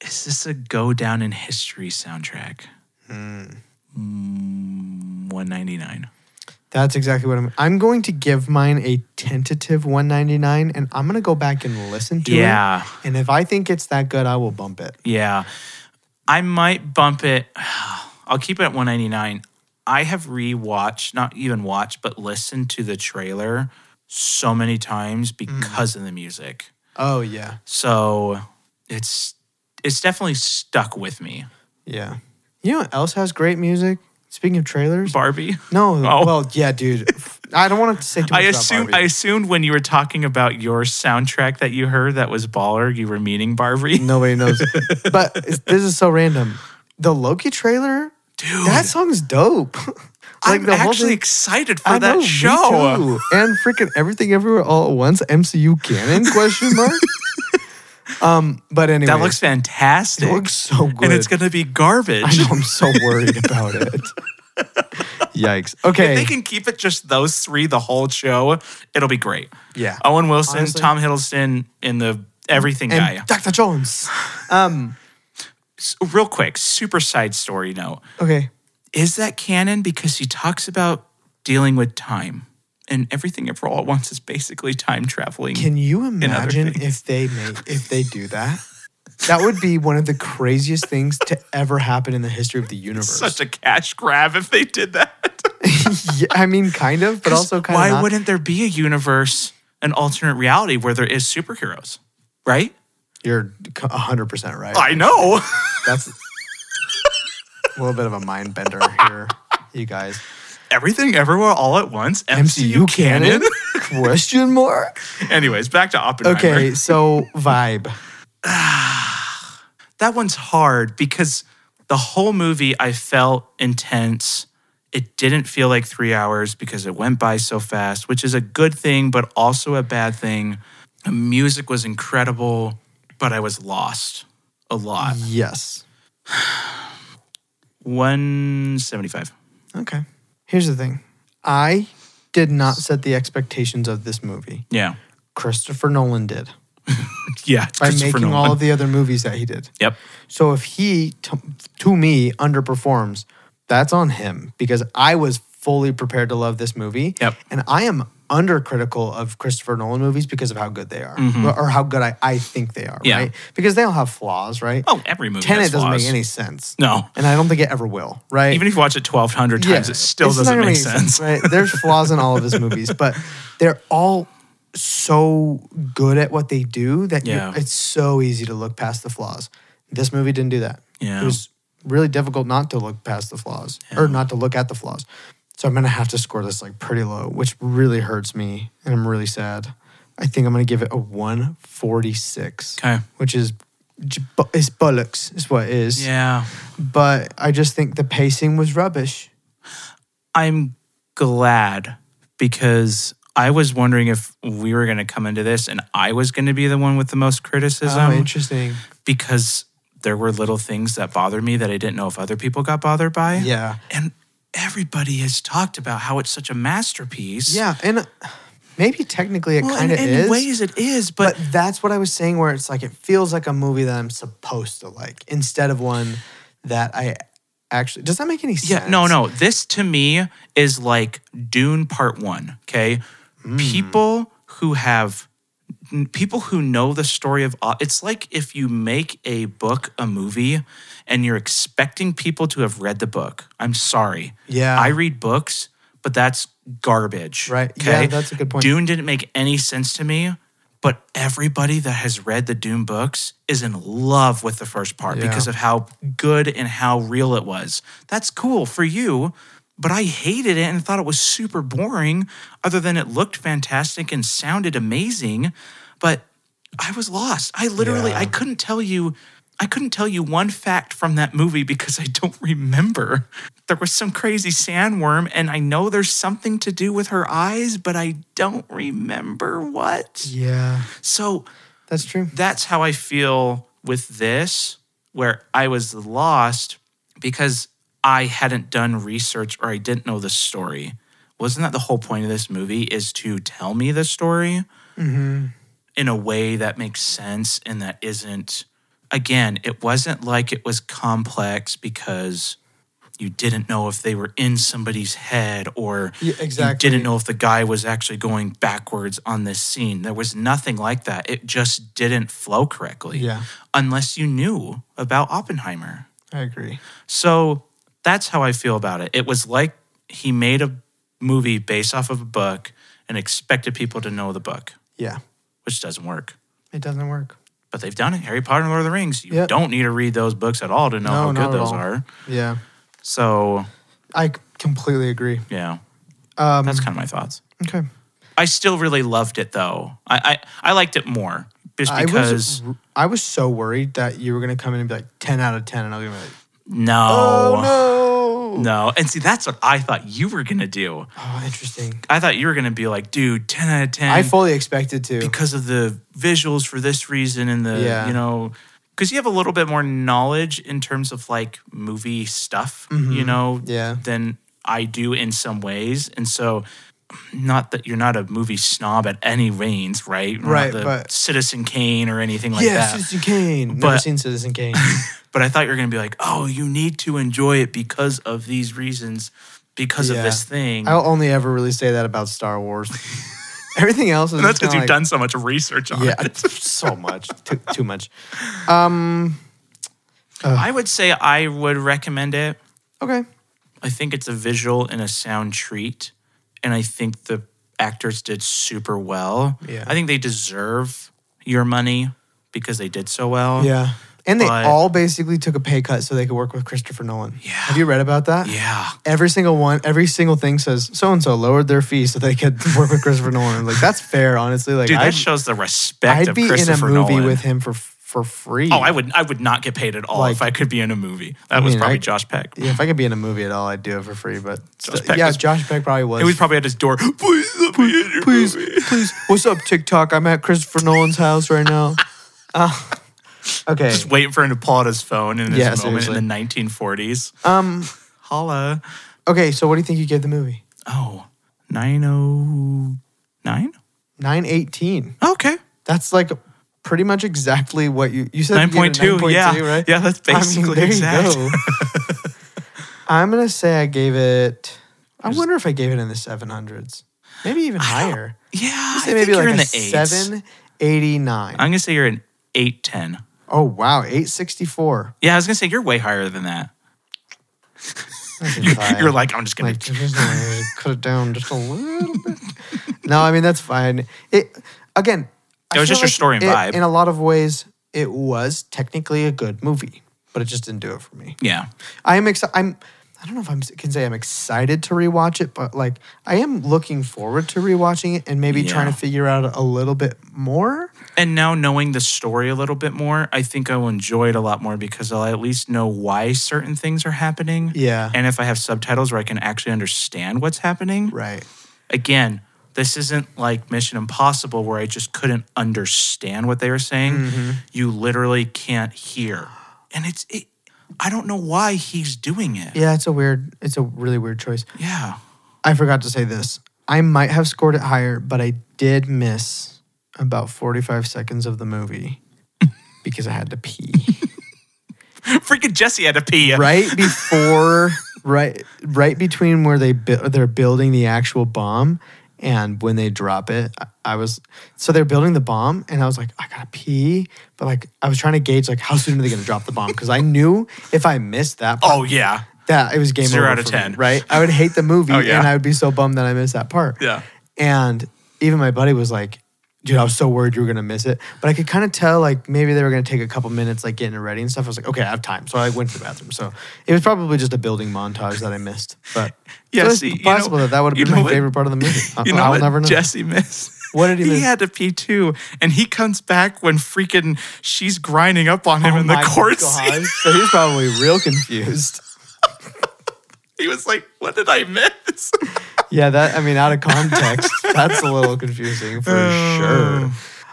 [SPEAKER 2] Is this a go down in history soundtrack?
[SPEAKER 3] Hmm.
[SPEAKER 2] Mm, 199.
[SPEAKER 3] That's exactly what I'm. I'm going to give mine a tentative 199, and I'm gonna go back and listen to
[SPEAKER 2] Yeah.
[SPEAKER 3] it. And if I think it's that good, I will bump it.
[SPEAKER 2] Yeah. I might bump it. I'll keep it at 199. I have rewatched, not even watched, but listened to the trailer so many times
[SPEAKER 3] Mm-hmm.
[SPEAKER 2] because of the music.
[SPEAKER 3] Oh yeah,
[SPEAKER 2] So it's it's definitely stuck with me.
[SPEAKER 3] yeah. You know what else has great music? Speaking of trailers,
[SPEAKER 2] Barbie.
[SPEAKER 3] no.
[SPEAKER 2] Oh.
[SPEAKER 3] Well, yeah, dude. I don't want to say too much
[SPEAKER 2] I
[SPEAKER 3] about
[SPEAKER 2] assume I
[SPEAKER 3] Barbie.
[SPEAKER 2] assumed when you were talking about your soundtrack that you heard that was baller, you were meaning Barbie.
[SPEAKER 3] Nobody knows, but it's, this is so random. The Loki trailer,
[SPEAKER 2] Dude.
[SPEAKER 3] that song's dope.
[SPEAKER 2] I'm
[SPEAKER 3] the whole
[SPEAKER 2] actually
[SPEAKER 3] thing-
[SPEAKER 2] excited for
[SPEAKER 3] I
[SPEAKER 2] that
[SPEAKER 3] know, me
[SPEAKER 2] show.
[SPEAKER 3] too. and freaking everything everywhere all at once MCU canon question mark. um, but anyway,
[SPEAKER 2] That looks fantastic.
[SPEAKER 3] it looks so good.
[SPEAKER 2] And it's gonna be garbage.
[SPEAKER 3] I know I'm so worried about it. Yikes. Okay.
[SPEAKER 2] If they can keep it just those three the whole show, it'll be great.
[SPEAKER 3] Yeah.
[SPEAKER 2] Owen Wilson,
[SPEAKER 3] Honestly.
[SPEAKER 2] Tom Hiddleston, and the everything
[SPEAKER 3] and
[SPEAKER 2] guy.
[SPEAKER 3] Dr. Jones. Um.
[SPEAKER 2] S- Real quick, super side story note.
[SPEAKER 3] Okay.
[SPEAKER 2] Is that canon? Because he talks about dealing with time. And everything ever all at once is basically time traveling.
[SPEAKER 3] Can you imagine
[SPEAKER 2] things.
[SPEAKER 3] if they make if they do that? That would be one of the craziest things to ever happen in the history of the universe.
[SPEAKER 2] Such a cash grab if they did that.
[SPEAKER 3] yeah, I mean, kind of, but also kind
[SPEAKER 2] Why
[SPEAKER 3] of. not.
[SPEAKER 2] wouldn't there be a universe, an alternate reality where there is superheroes? Right?
[SPEAKER 3] You're 100 percent right.
[SPEAKER 2] I know.
[SPEAKER 3] That's a little bit of a mind bender here, you guys.
[SPEAKER 2] everything everywhere all at once.
[SPEAKER 3] MCU canon? Question mark.
[SPEAKER 2] Anyways, back to Oppenheimer.
[SPEAKER 3] Okay, so vibe.
[SPEAKER 2] that one's hard because the whole movie I felt intense. It didn't feel like three hours because it went by so fast, which is a good thing, but also a bad thing. The music was incredible, but I was lost a lot.
[SPEAKER 3] Yes.
[SPEAKER 2] 175.
[SPEAKER 3] Okay. Here's the thing. I did not set the expectations of this movie.
[SPEAKER 2] Yeah.
[SPEAKER 3] Christopher Nolan did
[SPEAKER 2] Yeah. it's
[SPEAKER 3] by
[SPEAKER 2] Christopher
[SPEAKER 3] making
[SPEAKER 2] Nolan.
[SPEAKER 3] all of the other movies that he did.
[SPEAKER 2] Yep.
[SPEAKER 3] So if he, to, to me, underperforms, that's on him because I was fully prepared to love this movie.
[SPEAKER 2] Yep.
[SPEAKER 3] And I am undercritical of Christopher Nolan movies because of how good they are or how good I, I think they are,
[SPEAKER 2] Mm-hmm. Yeah.
[SPEAKER 3] right? Because they all have flaws, right?
[SPEAKER 2] Oh, every movie.
[SPEAKER 3] Tenet
[SPEAKER 2] has
[SPEAKER 3] doesn't make
[SPEAKER 2] flaws.
[SPEAKER 3] any sense.
[SPEAKER 2] No.
[SPEAKER 3] And I don't think it ever will, right?
[SPEAKER 2] Even if you watch it 1,200 times,
[SPEAKER 3] Yeah,
[SPEAKER 2] it still
[SPEAKER 3] it's not
[SPEAKER 2] doesn't
[SPEAKER 3] gonna
[SPEAKER 2] make sense.
[SPEAKER 3] Right? There's flaws in all of his movies, but they're all so good at what they do that you-
[SPEAKER 2] Yeah.
[SPEAKER 3] it's so easy to look past the flaws. This movie didn't do that.
[SPEAKER 2] Yeah.
[SPEAKER 3] It was really difficult not to look past the flaws or not to look at the flaws. So I'm gonna have to score this like pretty low, which really hurts me, and I'm really sad. I think I'm gonna give it a 146,
[SPEAKER 2] Okay.
[SPEAKER 3] which is j- bu- is bullocks is what it is.
[SPEAKER 2] Yeah.
[SPEAKER 3] But I just think the pacing was rubbish.
[SPEAKER 2] I'm glad because I was wondering if we were going to come into this and I was going to be the one with the most
[SPEAKER 3] Oh,
[SPEAKER 2] criticism
[SPEAKER 3] interesting.
[SPEAKER 2] because there were little things that bothered me that I didn't know if other people got bothered by.
[SPEAKER 3] Yeah.
[SPEAKER 2] And everybody has talked about how it's such a masterpiece.
[SPEAKER 3] Yeah, and uh, maybe technically it
[SPEAKER 2] Well, in,
[SPEAKER 3] kind of
[SPEAKER 2] in
[SPEAKER 3] is.
[SPEAKER 2] ways it is,
[SPEAKER 3] but
[SPEAKER 2] but,
[SPEAKER 3] that's what I was saying where it's like it feels like a movie that I'm supposed to like instead of one that I actually Does that make any sense?
[SPEAKER 2] yeah, no, no. This to me is like Dune Part One. Okay.
[SPEAKER 3] Hmm.
[SPEAKER 2] People who have n- people who know the story of Op- it's like if you make a book a movie and you're expecting people to have read the book i'm sorry
[SPEAKER 3] Yeah.
[SPEAKER 2] i read books but that's garbage
[SPEAKER 3] Right. Yeah, that's a good point.
[SPEAKER 2] dune didn't make any sense to me but everybody that has read the dune books is in love with the first part
[SPEAKER 3] Yeah.
[SPEAKER 2] because of how good and how real it was that's cool for you but I hated it and thought it was super boring, other than it looked fantastic and sounded amazing. But I was lost. I literally
[SPEAKER 3] Yeah.
[SPEAKER 2] I couldn't tell you I couldn't tell you one fact from that movie because I don't remember. There was some crazy sandworm and I know there's something to do with her eyes, but I don't remember what.
[SPEAKER 3] Yeah,
[SPEAKER 2] So
[SPEAKER 3] that's true.
[SPEAKER 2] that's how I feel with this, where I was lost because I hadn't done research or I didn't know the story. Wasn't that the whole point of this movie is to tell me the story
[SPEAKER 3] Mm-hmm.
[SPEAKER 2] in a way that makes sense and that isn't, again, it wasn't like it was complex because you didn't know if they were in somebody's head or
[SPEAKER 3] Yeah, exactly.
[SPEAKER 2] you didn't know if the guy was actually going backwards on this scene. There was nothing like that. It just didn't flow correctly.
[SPEAKER 3] Yeah.
[SPEAKER 2] Unless you knew about Oppenheimer.
[SPEAKER 3] I agree.
[SPEAKER 2] So that's how I feel about it. It was like he made a movie based off of a book and expected people to know the book,
[SPEAKER 3] Yeah.
[SPEAKER 2] which doesn't work.
[SPEAKER 3] It doesn't work.
[SPEAKER 2] But they've done it. Harry Potter and Lord of the Rings. You
[SPEAKER 3] Yep.
[SPEAKER 2] don't need to read those books at all to know
[SPEAKER 3] No,
[SPEAKER 2] how
[SPEAKER 3] not
[SPEAKER 2] good
[SPEAKER 3] at
[SPEAKER 2] those
[SPEAKER 3] all.
[SPEAKER 2] are.
[SPEAKER 3] Yeah.
[SPEAKER 2] So,
[SPEAKER 3] I c- completely agree.
[SPEAKER 2] yeah,
[SPEAKER 3] Um
[SPEAKER 2] that's kind of my thoughts.
[SPEAKER 3] okay.
[SPEAKER 2] I still really loved it though. I I, I liked it more just
[SPEAKER 3] I
[SPEAKER 2] because
[SPEAKER 3] was r- I was so worried that you were going to come in and be like 10 out of 10 and I was going to be like,
[SPEAKER 2] no,
[SPEAKER 3] "Oh no."
[SPEAKER 2] no. And see, that's what I thought you were gonna do.
[SPEAKER 3] Oh, interesting.
[SPEAKER 2] I thought you were gonna be like, dude, ten out of ten.
[SPEAKER 3] I fully expected to.
[SPEAKER 2] because of the visuals for this reason and the
[SPEAKER 3] Yeah.
[SPEAKER 2] you know because you have a little bit more knowledge in terms of like movie stuff you know
[SPEAKER 3] Mm-hmm. Yeah.
[SPEAKER 2] than i do in some ways and so not that you're not a movie snob at any reins right We're not
[SPEAKER 3] Right,
[SPEAKER 2] the
[SPEAKER 3] but-
[SPEAKER 2] citizen kane or anything like
[SPEAKER 3] yeah,
[SPEAKER 2] that
[SPEAKER 3] Citizen Kane. Never
[SPEAKER 2] But-
[SPEAKER 3] seen Citizen Kane.
[SPEAKER 2] but I thought you were going to be like, oh, you need to enjoy it because of these reasons, because
[SPEAKER 3] Yeah.
[SPEAKER 2] of this thing.
[SPEAKER 3] I'll only ever really say that about Star Wars. Everything else is
[SPEAKER 2] and that's
[SPEAKER 3] just
[SPEAKER 2] because you've
[SPEAKER 3] kinda
[SPEAKER 2] done so much research on
[SPEAKER 3] like-
[SPEAKER 2] it.
[SPEAKER 3] yeah, so much, too, too much.
[SPEAKER 2] I would say I would recommend it.
[SPEAKER 3] Okay,
[SPEAKER 2] I think it's a visual and a sound treat. And I think the actors did super well.
[SPEAKER 3] Yeah.
[SPEAKER 2] I think they deserve your money because they did so well.
[SPEAKER 3] yeah, And they
[SPEAKER 2] But-
[SPEAKER 3] all basically took a pay cut so they could work with Christopher Nolan.
[SPEAKER 2] Yeah.
[SPEAKER 3] Have you read about that?
[SPEAKER 2] Yeah.
[SPEAKER 3] Every single one, every single thing says so and so lowered their fee so they could work with Christopher Nolan. Like that's fair, honestly. Like
[SPEAKER 2] Dude,
[SPEAKER 3] I'd,
[SPEAKER 2] that shows the respect
[SPEAKER 3] I'd
[SPEAKER 2] of
[SPEAKER 3] be in a
[SPEAKER 2] Christopher
[SPEAKER 3] movie
[SPEAKER 2] Nolan.
[SPEAKER 3] with him for for free.
[SPEAKER 2] Oh, I would I would not get paid at all
[SPEAKER 3] Like-
[SPEAKER 2] if I could be in a movie. That was
[SPEAKER 3] mean,
[SPEAKER 2] probably
[SPEAKER 3] I-
[SPEAKER 2] Josh Peck.
[SPEAKER 3] Yeah, if I could be in a movie at all, I'd do it for free. But
[SPEAKER 2] Josh
[SPEAKER 3] st-
[SPEAKER 2] Peck
[SPEAKER 3] yeah,
[SPEAKER 2] was-
[SPEAKER 3] Josh Peck probably was.
[SPEAKER 2] He was probably at his door. Please, let me in your
[SPEAKER 3] please,
[SPEAKER 2] movie."
[SPEAKER 3] please. What's up, TikTok? I'm at Christopher Nolan's house right now. Uh, okay.
[SPEAKER 2] Just waiting for him to pull out his phone in this
[SPEAKER 3] Yeah,
[SPEAKER 2] moment
[SPEAKER 3] seriously.
[SPEAKER 2] in the 1940s.
[SPEAKER 3] Um.
[SPEAKER 2] Holla.
[SPEAKER 3] Okay. So, what do you think you gave the movie?
[SPEAKER 2] Oh, 909?
[SPEAKER 3] Nine eighteen.
[SPEAKER 2] Okay.
[SPEAKER 3] That's like pretty much exactly what you you said. you gave it
[SPEAKER 2] 9.2.
[SPEAKER 3] 9.2,
[SPEAKER 2] yeah.
[SPEAKER 3] Right.
[SPEAKER 2] Yeah, that's
[SPEAKER 3] I mean,
[SPEAKER 2] basically
[SPEAKER 3] there you
[SPEAKER 2] exact.
[SPEAKER 3] go. I'm gonna say I gave it. I wonder if I gave it in the 700s, maybe even higher.
[SPEAKER 2] Yeah. I
[SPEAKER 3] Say
[SPEAKER 2] think
[SPEAKER 3] maybe
[SPEAKER 2] you're
[SPEAKER 3] like
[SPEAKER 2] in
[SPEAKER 3] a
[SPEAKER 2] the eights.
[SPEAKER 3] 789.
[SPEAKER 2] I'm going to say you're an 810.
[SPEAKER 3] Oh wow, 864.
[SPEAKER 2] Yeah, I was going to say you're way higher than that.
[SPEAKER 3] That's
[SPEAKER 2] You're,
[SPEAKER 3] insane.
[SPEAKER 2] you're like, I'm just going
[SPEAKER 3] like
[SPEAKER 2] to.
[SPEAKER 3] just uh, cut it down just a little bit. No, I mean that's fine. It again. I
[SPEAKER 2] It was
[SPEAKER 3] feel
[SPEAKER 2] just your story and
[SPEAKER 3] it-
[SPEAKER 2] vibe.
[SPEAKER 3] In a lot of ways, it was technically a good movie, but it just didn't do it for me.
[SPEAKER 2] Yeah.
[SPEAKER 3] I am excited. I'm. I don't know if I can say I'm excited to rewatch it, but like I am looking forward to rewatching it and maybe
[SPEAKER 2] Yeah.
[SPEAKER 3] trying to figure out a little bit more.
[SPEAKER 2] And now knowing the story a little bit more, I think I will enjoy it a lot more because I'll at least know why certain things are happening.
[SPEAKER 3] Yeah.
[SPEAKER 2] And if I have subtitles where I can actually understand what's happening.
[SPEAKER 3] Right.
[SPEAKER 2] Again, this isn't like Mission Impossible where I just couldn't understand what they were saying.
[SPEAKER 3] Mm-hmm.
[SPEAKER 2] You literally can't hear. And it's it, I don't know why he's doing it.
[SPEAKER 3] Yeah, it's a weird. It's a really weird choice.
[SPEAKER 2] Yeah.
[SPEAKER 3] I forgot to say this. I might have scored it higher, but I did miss about 45 seconds of the movie because I had to pee.
[SPEAKER 2] Freaking Jesse had to pee.
[SPEAKER 3] right before right right between where they bu- they're building the actual bomb and when they drop it, I, I was so they're building the bomb and I was like I got to pee, but like I was trying to gauge like how soon are they going to drop the bomb because I knew if I missed that part,
[SPEAKER 2] Oh yeah.
[SPEAKER 3] that it was game
[SPEAKER 2] Zero
[SPEAKER 3] over
[SPEAKER 2] out of
[SPEAKER 3] for me,
[SPEAKER 2] 10.
[SPEAKER 3] right? I would hate the movie
[SPEAKER 2] Oh, yeah.
[SPEAKER 3] and I would be so bummed that I missed that part.
[SPEAKER 2] Yeah.
[SPEAKER 3] And even my buddy was like, dude, I was so worried you were gonna miss it. But I could kind of tell like maybe they were gonna take a couple minutes like getting it ready and stuff. I was like, okay, I have time. So I went to the bathroom. So it was probably just a building montage that I missed. But
[SPEAKER 2] Yeah,
[SPEAKER 3] so it's
[SPEAKER 2] see, you know-
[SPEAKER 3] possible that that would have
[SPEAKER 2] you
[SPEAKER 3] been
[SPEAKER 2] know
[SPEAKER 3] my
[SPEAKER 2] what-
[SPEAKER 3] favorite part of the movie. I-
[SPEAKER 2] You know
[SPEAKER 3] Uh, I'll
[SPEAKER 2] what
[SPEAKER 3] never know.
[SPEAKER 2] Jesse missed?
[SPEAKER 3] What did he miss?
[SPEAKER 2] had to pee too, and he comes back when freaking she's grinding up on him
[SPEAKER 3] Oh
[SPEAKER 2] in the
[SPEAKER 3] my
[SPEAKER 2] court
[SPEAKER 3] gosh.
[SPEAKER 2] scene.
[SPEAKER 3] So he's probably real confused.
[SPEAKER 2] He was like, "What did I miss?"
[SPEAKER 3] Yeah, that I mean, out of context, that's a little confusing for sure.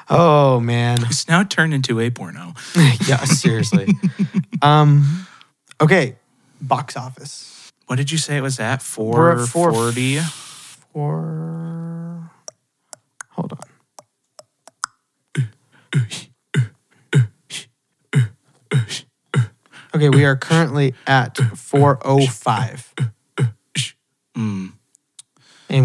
[SPEAKER 3] Oh man.
[SPEAKER 2] It's now turned into a porno.
[SPEAKER 3] yeah, seriously. um, okay, box office.
[SPEAKER 2] What did you say it was at?
[SPEAKER 3] We're
[SPEAKER 2] Four
[SPEAKER 3] at four-
[SPEAKER 2] forty.
[SPEAKER 3] Or hold on. Okay, we are currently at 405. And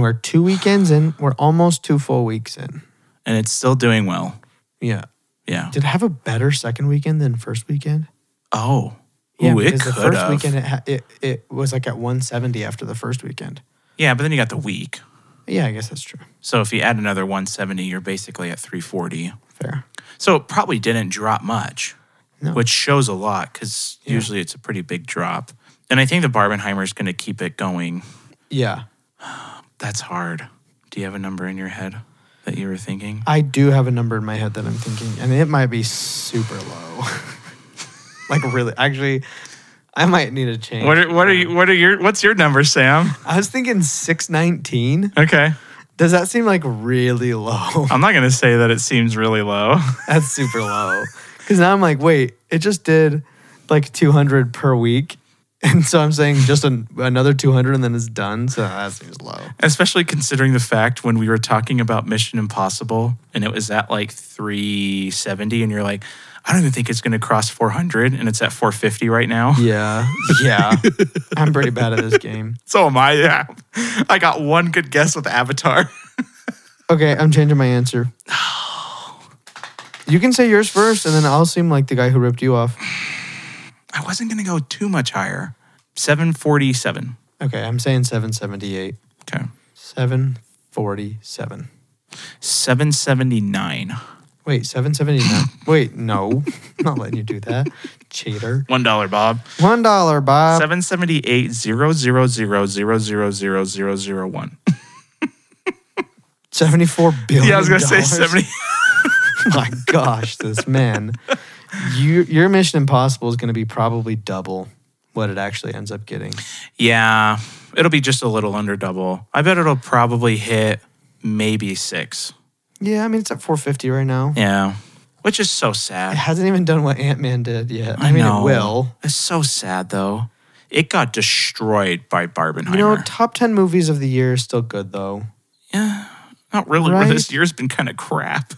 [SPEAKER 3] we're two weekends in. We're almost two full weeks in.
[SPEAKER 2] and it's still doing well.
[SPEAKER 3] Yeah.
[SPEAKER 2] Yeah.
[SPEAKER 3] Did it have a better second weekend than first weekend?
[SPEAKER 2] Oh, Ooh, it
[SPEAKER 3] because the
[SPEAKER 2] could
[SPEAKER 3] first
[SPEAKER 2] have.
[SPEAKER 3] weekend it, ha- it it was like at 170 after the first weekend.
[SPEAKER 2] Yeah, but then you got the week.
[SPEAKER 3] Yeah, I guess that's true.
[SPEAKER 2] So if you add another one seventy, you're basically at three forty.
[SPEAKER 3] Fair.
[SPEAKER 2] So it probably didn't drop much,
[SPEAKER 3] No.
[SPEAKER 2] which shows a lot because usually it's a pretty big drop. And I think the Barbenheimer is going to keep it going.
[SPEAKER 3] Yeah,
[SPEAKER 2] That's hard. Do you have a number in your head that you were thinking?
[SPEAKER 3] I do have a number in my head that I'm thinking, and it might be super low. like really, actually, I might need a change.
[SPEAKER 2] are what are you what are your what's your number, Sam?
[SPEAKER 3] I was thinking 619.
[SPEAKER 2] Okay,
[SPEAKER 3] Does that seem like really low?
[SPEAKER 2] I'm not going to say that it seems really low.
[SPEAKER 3] That's super low. Because now I'm like, wait, it just did like 200 per week. And so I'm saying just an, another 200 and then it's done. So that seems low.
[SPEAKER 2] Especially considering the fact when we were talking about Mission Impossible and it was at like 370, and you're like, I don't even think it's going to cross 400, and it's at 450 right now.
[SPEAKER 3] Yeah. Yeah. I'm pretty bad at this game.
[SPEAKER 2] So am I. Yeah. I got one good guess with Avatar.
[SPEAKER 3] Okay, I'm changing my answer. You can say yours first, and then I'll seem like the guy who ripped you off.
[SPEAKER 2] I wasn't going to go too much higher. 747.
[SPEAKER 3] Okay, I'm saying 778.
[SPEAKER 2] Okay.
[SPEAKER 3] 747.
[SPEAKER 2] 779.
[SPEAKER 3] Wait, 779. Wait, no. Not letting you do that. Cheater.
[SPEAKER 2] One dollar, Bob.
[SPEAKER 3] One dollar, Bob.
[SPEAKER 2] Seven seventy eight zero zero zero zero zero zero zero zero one.
[SPEAKER 3] 74 billion.
[SPEAKER 2] Yeah, I was gonna say
[SPEAKER 3] dollars.
[SPEAKER 2] seventy.
[SPEAKER 3] My gosh, this man. You, your Mission Impossible is going to be probably double what it actually ends up getting.
[SPEAKER 2] Yeah, it'll be just a little under double. I bet it'll probably hit maybe six.
[SPEAKER 3] Yeah, I mean, it's at 450 right now.
[SPEAKER 2] Yeah, which is so
[SPEAKER 3] It
[SPEAKER 2] sad.
[SPEAKER 3] hasn't even done what Ant Man did yet. I, mean,
[SPEAKER 2] know.
[SPEAKER 3] it will.
[SPEAKER 2] It's so sad though. It got destroyed by Barbenheimer.
[SPEAKER 3] You know, top 10 movies of the year is still good, though.
[SPEAKER 2] Not really.
[SPEAKER 3] right?
[SPEAKER 2] This year's been kind of crap.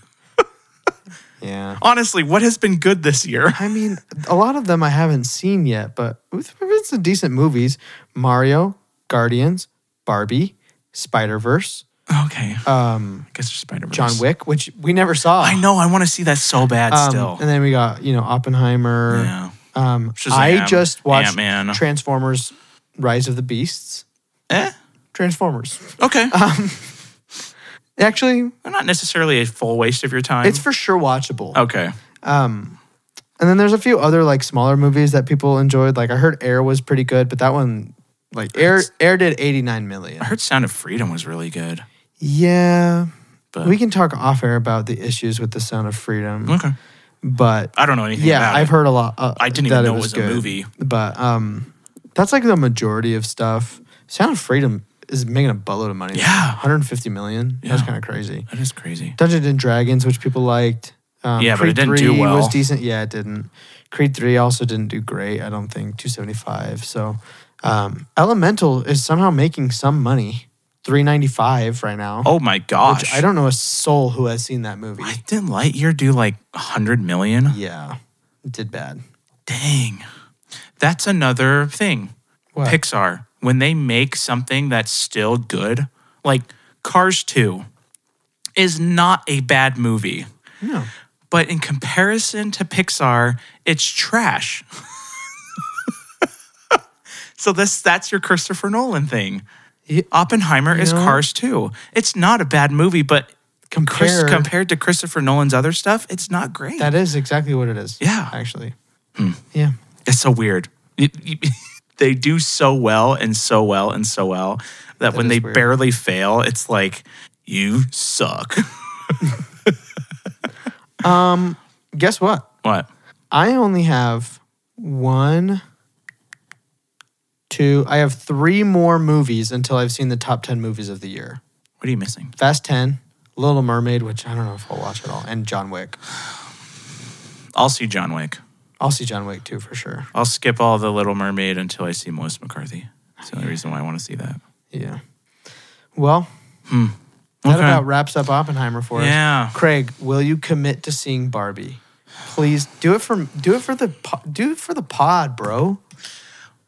[SPEAKER 3] Yeah.
[SPEAKER 2] Honestly, what has been good this year?
[SPEAKER 3] I mean, a lot of them I haven't seen yet, but with with some decent movies Mario, Guardians, Barbie, Spider Verse,
[SPEAKER 2] Okay,
[SPEAKER 3] um,
[SPEAKER 2] I guess there's Spider Verse.
[SPEAKER 3] John Wick, which we never saw.
[SPEAKER 2] I know. I want to see that so bad
[SPEAKER 3] Um,
[SPEAKER 2] still.
[SPEAKER 3] And then we got, you know, Oppenheimer.
[SPEAKER 2] yeah.
[SPEAKER 3] Um,
[SPEAKER 2] Shazam,
[SPEAKER 3] I just watched
[SPEAKER 2] Ant-Man.
[SPEAKER 3] Transformers Rise of the Beasts.
[SPEAKER 2] Eh?
[SPEAKER 3] Transformers.
[SPEAKER 2] Okay.
[SPEAKER 3] Uh-huh. Actually,
[SPEAKER 2] They're not necessarily a full waste of your time.
[SPEAKER 3] it's for sure watchable.
[SPEAKER 2] okay.
[SPEAKER 3] And then there's a few other like smaller movies that people enjoyed. Like I heard Air was pretty good, but that one like Air Air did 89 million.
[SPEAKER 2] I heard Sound of Freedom was really good.
[SPEAKER 3] Yeah.
[SPEAKER 2] But-
[SPEAKER 3] we can talk off air about the issues with the Sound of Freedom,
[SPEAKER 2] Okay.
[SPEAKER 3] but
[SPEAKER 2] I don't know anything.
[SPEAKER 3] yeah,
[SPEAKER 2] about
[SPEAKER 3] I've
[SPEAKER 2] it.
[SPEAKER 3] heard a lot. uh,
[SPEAKER 2] I didn't even
[SPEAKER 3] that
[SPEAKER 2] know it was a
[SPEAKER 3] good.
[SPEAKER 2] movie.
[SPEAKER 3] But um, that's like the majority of stuff. Sound of Freedom is making a buttload of money.
[SPEAKER 2] Yeah.
[SPEAKER 3] 150 million. That's
[SPEAKER 2] Yeah.
[SPEAKER 3] kind of crazy.
[SPEAKER 2] That is crazy.
[SPEAKER 3] Dungeons and Dragons, which people liked. Um,
[SPEAKER 2] Yeah, but it
[SPEAKER 3] Creed
[SPEAKER 2] didn't do
[SPEAKER 3] 3 Was
[SPEAKER 2] well.
[SPEAKER 3] decent. Yeah, it didn't. Creed three also didn't do great. I don't think 275. So, um, Elemental is somehow making some money. 395 right now.
[SPEAKER 2] Oh my gosh.
[SPEAKER 3] Which I don't know a soul who has seen that movie.
[SPEAKER 2] Why didn't Lightyear do like 100 million?
[SPEAKER 3] yeah, it did bad.
[SPEAKER 2] Dang. That's another thing.
[SPEAKER 3] What?
[SPEAKER 2] Pixar, when they make something that's still good, like Cars 2 is not a bad movie.
[SPEAKER 3] No.
[SPEAKER 2] But in comparison to Pixar, it's trash. so this that's your Christopher Nolan thing.
[SPEAKER 3] Yeah.
[SPEAKER 2] Oppenheimer is
[SPEAKER 3] know-
[SPEAKER 2] Cars 2. It's not a bad movie, but Chris,
[SPEAKER 3] Compared-
[SPEAKER 2] compared to Christopher Nolan's other stuff, it's not great.
[SPEAKER 3] That is exactly what it is.
[SPEAKER 2] Yeah. Hmm.
[SPEAKER 3] Actually. Yeah.
[SPEAKER 2] it's so weird. You- you- they do so well and so well and so well that, when
[SPEAKER 3] is
[SPEAKER 2] they
[SPEAKER 3] weird.
[SPEAKER 2] barely fail, it's like you suck.
[SPEAKER 3] Guess what?
[SPEAKER 2] what?
[SPEAKER 3] I only have one, two, I have three more movies until I've seen the top 10 movies of the year
[SPEAKER 2] What are you missing?
[SPEAKER 3] Fast 10, Little Mermaid, which I don't know if I'll watch at all, and John Wick.
[SPEAKER 2] I'll see John Wick.
[SPEAKER 3] I'll see John Wick too for sure.
[SPEAKER 2] I'll skip all the Little Mermaid until I see Melissa McCarthy. That's the only reason why I want to see that.
[SPEAKER 3] Yeah. Well, that
[SPEAKER 2] Hmm. Okay.
[SPEAKER 3] about wraps up Oppenheimer for
[SPEAKER 2] Yeah.
[SPEAKER 3] us. Craig, will you commit to seeing Barbie? Please do it for do it for the po- do it for the pod, bro.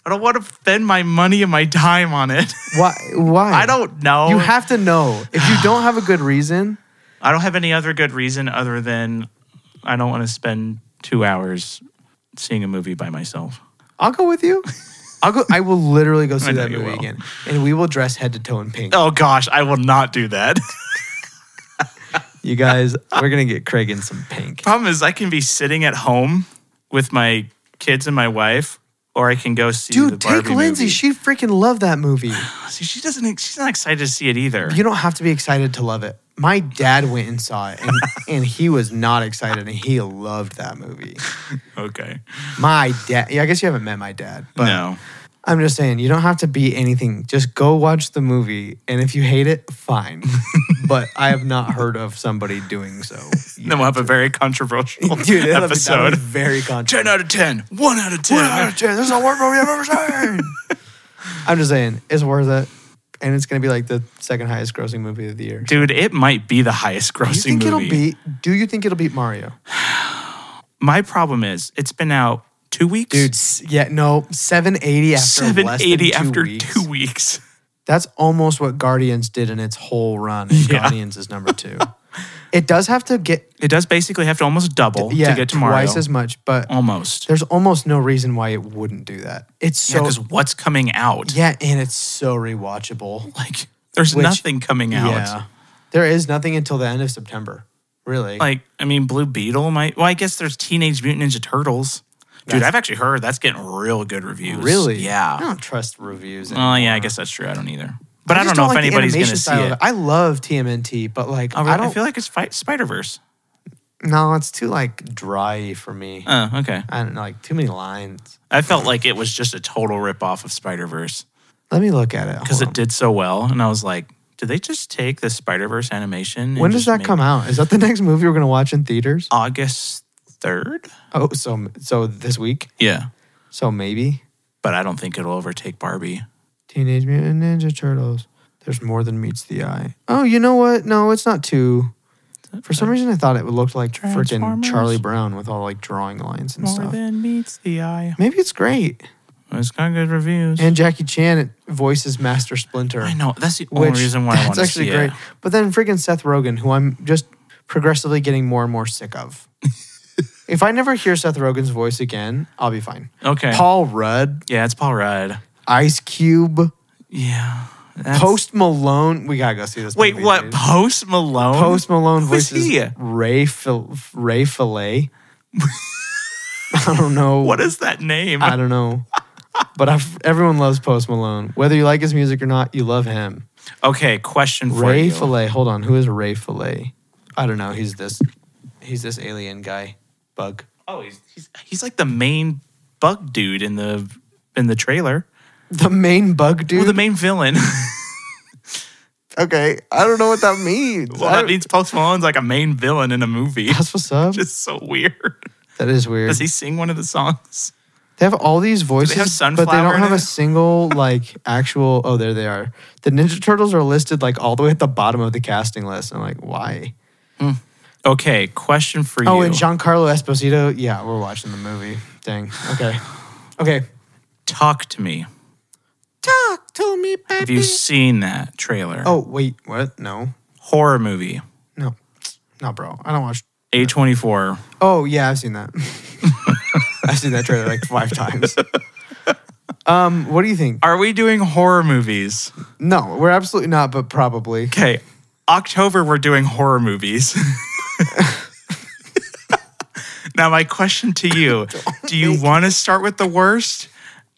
[SPEAKER 2] I don't want to spend my money and my time on it.
[SPEAKER 3] Why? Why?
[SPEAKER 2] I don't know.
[SPEAKER 3] You have to know. If you don't have a good reason,
[SPEAKER 2] I don't have any other good reason other than I don't want to spend two hours seeing a movie by myself.
[SPEAKER 3] I'll go with you. I'll go. I will literally go see
[SPEAKER 2] know
[SPEAKER 3] that
[SPEAKER 2] you
[SPEAKER 3] movie
[SPEAKER 2] will.
[SPEAKER 3] again, and we will dress head to toe in pink.
[SPEAKER 2] Oh gosh, I will not do that.
[SPEAKER 3] You guys, we're gonna get Craig in some pink.
[SPEAKER 2] Problem is, I can be sitting at home with my kids and my wife, or I can go see the
[SPEAKER 3] Dude,
[SPEAKER 2] Barbie
[SPEAKER 3] take Lindsay.
[SPEAKER 2] movie. Oh,
[SPEAKER 3] She freaking loved that movie.
[SPEAKER 2] See, she doesn't. She's not excited to see it either.
[SPEAKER 3] You don't have to be excited to love it. My dad went and saw it, and, and he was not excited, and he loved that movie.
[SPEAKER 2] okay.
[SPEAKER 3] My dad. Yeah, I guess you haven't met my dad, but
[SPEAKER 2] no.
[SPEAKER 3] I'm just saying you don't have to be anything. Just go watch the movie, and if you hate it, fine. but I have not heard of somebody doing so.
[SPEAKER 2] Then we'll have a very controversial
[SPEAKER 3] Dude, that'll be- that'll
[SPEAKER 2] episode.
[SPEAKER 3] be very controversial.
[SPEAKER 2] 10 out of 10. 1 out of 10.
[SPEAKER 3] This is the worst movie I've ever seen. I'm just saying, it's worth it. And it's going to be like the second highest grossing movie of the year.
[SPEAKER 2] Dude, it might be the highest
[SPEAKER 3] do you
[SPEAKER 2] grossing
[SPEAKER 3] think it'll
[SPEAKER 2] movie.
[SPEAKER 3] beat? Do you think it'll beat Mario?
[SPEAKER 2] My problem is, it's been out two weeks.
[SPEAKER 3] Dude, s- yeah, no, 780 after 780
[SPEAKER 2] 780 after two weeks.
[SPEAKER 3] That's almost what Guardians did in its whole run. And
[SPEAKER 2] Yeah.
[SPEAKER 3] Guardians is number two. it does have to get
[SPEAKER 2] It does basically have to almost double
[SPEAKER 3] yeah
[SPEAKER 2] to get to Mario. Mm.
[SPEAKER 3] twice as much, but
[SPEAKER 2] almost.
[SPEAKER 3] there's almost no reason why it wouldn't do that. It's
[SPEAKER 2] Yeah,
[SPEAKER 3] so
[SPEAKER 2] because what's coming out?
[SPEAKER 3] yeah, and it's so rewatchable.
[SPEAKER 2] Like, there's
[SPEAKER 3] Which-
[SPEAKER 2] nothing coming out.
[SPEAKER 3] There is nothing until the end of September. Really?
[SPEAKER 2] Like, I mean, Blue Beetle might. Well, I guess there's Teenage Mutant Ninja Turtles. Dude,
[SPEAKER 3] That's-
[SPEAKER 2] I've actually heard that's getting real good reviews.
[SPEAKER 3] really?
[SPEAKER 2] Yeah.
[SPEAKER 3] I don't trust reviews.
[SPEAKER 2] Oh,
[SPEAKER 3] anymore.
[SPEAKER 2] yeah, I guess that's true. I don't either. But I,
[SPEAKER 3] just
[SPEAKER 2] don't know if
[SPEAKER 3] like the
[SPEAKER 2] anybody's going
[SPEAKER 3] animation
[SPEAKER 2] to see
[SPEAKER 3] style of
[SPEAKER 2] it.
[SPEAKER 3] I love TMNT, but like
[SPEAKER 2] Oh,
[SPEAKER 3] I
[SPEAKER 2] really? I,
[SPEAKER 3] don't
[SPEAKER 2] feel like it's fi- Spider Verse.
[SPEAKER 3] No, it's too like dry for me.
[SPEAKER 2] Oh, okay.
[SPEAKER 3] I don't know, like too many lines.
[SPEAKER 2] I felt like it was just a total ripoff of Spider Verse
[SPEAKER 3] Let me look at it
[SPEAKER 2] because
[SPEAKER 3] Hold
[SPEAKER 2] it
[SPEAKER 3] on.
[SPEAKER 2] did so well. And I was like, did they just take the Spider Verse animation? and
[SPEAKER 3] When does
[SPEAKER 2] just
[SPEAKER 3] that
[SPEAKER 2] make-
[SPEAKER 3] come out? Is that the next movie we're gonna watch in theaters?
[SPEAKER 2] August 3rd?
[SPEAKER 3] Oh, so so this week?
[SPEAKER 2] Yeah.
[SPEAKER 3] So maybe
[SPEAKER 2] But I don't think it'll overtake Barbie.
[SPEAKER 3] Teenage Mutant Ninja Turtles. There's more than meets the eye. Oh, you know what? No, it's not two. For some reason, I thought it would look like freaking
[SPEAKER 2] Uh, Transformers?
[SPEAKER 3] Charlie Brown with all like drawing lines and
[SPEAKER 2] More
[SPEAKER 3] stuff.
[SPEAKER 2] than meets the eye.
[SPEAKER 3] Maybe it's great.
[SPEAKER 2] It's got good reviews.
[SPEAKER 3] And Jackie Chan voices Master Splinter.
[SPEAKER 2] I know. That's the only reason why I
[SPEAKER 3] that's
[SPEAKER 2] want to see it.
[SPEAKER 3] But then freaking Seth Rogen, who I'm just progressively getting more and more sick of. if I never hear Seth Rogen's voice again, I'll be fine.
[SPEAKER 2] Okay.
[SPEAKER 3] Paul Rudd,
[SPEAKER 2] yeah, it's Paul Rudd.
[SPEAKER 3] Ice Cube,
[SPEAKER 2] Yeah. that's-
[SPEAKER 3] Post Malone. We gotta go see this.
[SPEAKER 2] Wait,
[SPEAKER 3] movie,
[SPEAKER 2] what?
[SPEAKER 3] dude.
[SPEAKER 2] Post Malone?
[SPEAKER 3] Post Malone
[SPEAKER 2] Who is
[SPEAKER 3] voices
[SPEAKER 2] he?
[SPEAKER 3] Ray Fil- Ray Fillet. I don't know.
[SPEAKER 2] What is that name?
[SPEAKER 3] I don't know. But I've, everyone loves Post Malone. Whether you like his music or not, you love him.
[SPEAKER 2] Okay, question for
[SPEAKER 3] Ray
[SPEAKER 2] you.
[SPEAKER 3] Fillet. Hold on. Who is Ray Fillet? I don't know. He's this. He's this alien guy. Bug.
[SPEAKER 2] Oh, he's, he's he's like the main bug dude in the in the trailer.
[SPEAKER 3] The main bug dude.
[SPEAKER 2] Well, the main villain.
[SPEAKER 3] okay. I don't know what that means.
[SPEAKER 2] well,
[SPEAKER 3] I
[SPEAKER 2] that
[SPEAKER 3] don't-
[SPEAKER 2] means Post Malone's like a main villain in a movie.
[SPEAKER 3] that's what's up.
[SPEAKER 2] Just so weird.
[SPEAKER 3] that is weird.
[SPEAKER 2] Does he sing one of the songs?
[SPEAKER 3] they have all these voices, but they
[SPEAKER 2] sunflower
[SPEAKER 3] don't
[SPEAKER 2] in
[SPEAKER 3] have a
[SPEAKER 2] it?
[SPEAKER 3] single like actual. Oh, there they are. The Ninja Turtles are listed like all the way at the bottom of the casting list. I'm like, why?
[SPEAKER 2] Okay, question for
[SPEAKER 3] Oh,
[SPEAKER 2] you.
[SPEAKER 3] and Giancarlo Esposito. Yeah, we're watching the movie. Dang. Okay. Okay.
[SPEAKER 2] Talk to me.
[SPEAKER 3] Talk to me, baby.
[SPEAKER 2] Have you seen that trailer?
[SPEAKER 3] oh wait, what? No.
[SPEAKER 2] horror movie.
[SPEAKER 3] No, no, bro. I don't watch.
[SPEAKER 2] A twenty four.
[SPEAKER 3] Oh yeah, I've seen that. I've seen that trailer like five times. Um, what do you think?
[SPEAKER 2] Are we doing horror movies?
[SPEAKER 3] No, we're absolutely not, but probably.
[SPEAKER 2] Okay, October we're doing horror movies. now my question to you: Do you want to start with the worst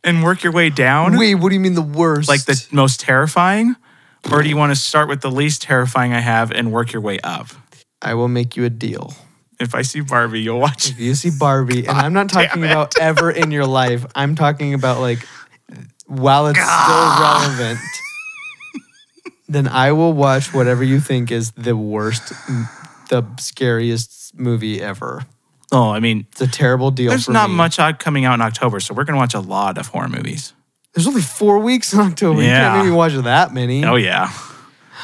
[SPEAKER 2] and work your way down,
[SPEAKER 3] Wait, what do you mean the worst?
[SPEAKER 2] like the most terrifying, or do you want to start with the least terrifying I have and work your way up?
[SPEAKER 3] I will make you a deal.
[SPEAKER 2] If I see Barbie, you'll watch.
[SPEAKER 3] If you see Barbie, and I'm not talking
[SPEAKER 2] damn it.
[SPEAKER 3] about ever in your life, I'm talking about like while it's still relevant, then I will watch whatever you think is the worst, the scariest movie ever.
[SPEAKER 2] Oh, I mean,
[SPEAKER 3] It's a terrible deal.
[SPEAKER 2] there's
[SPEAKER 3] for
[SPEAKER 2] not
[SPEAKER 3] me.
[SPEAKER 2] much out coming out in October, so we're gonna watch a lot of horror movies.
[SPEAKER 3] There's only four weeks in October. You
[SPEAKER 2] Yeah.
[SPEAKER 3] can't even watch that many.
[SPEAKER 2] Oh yeah.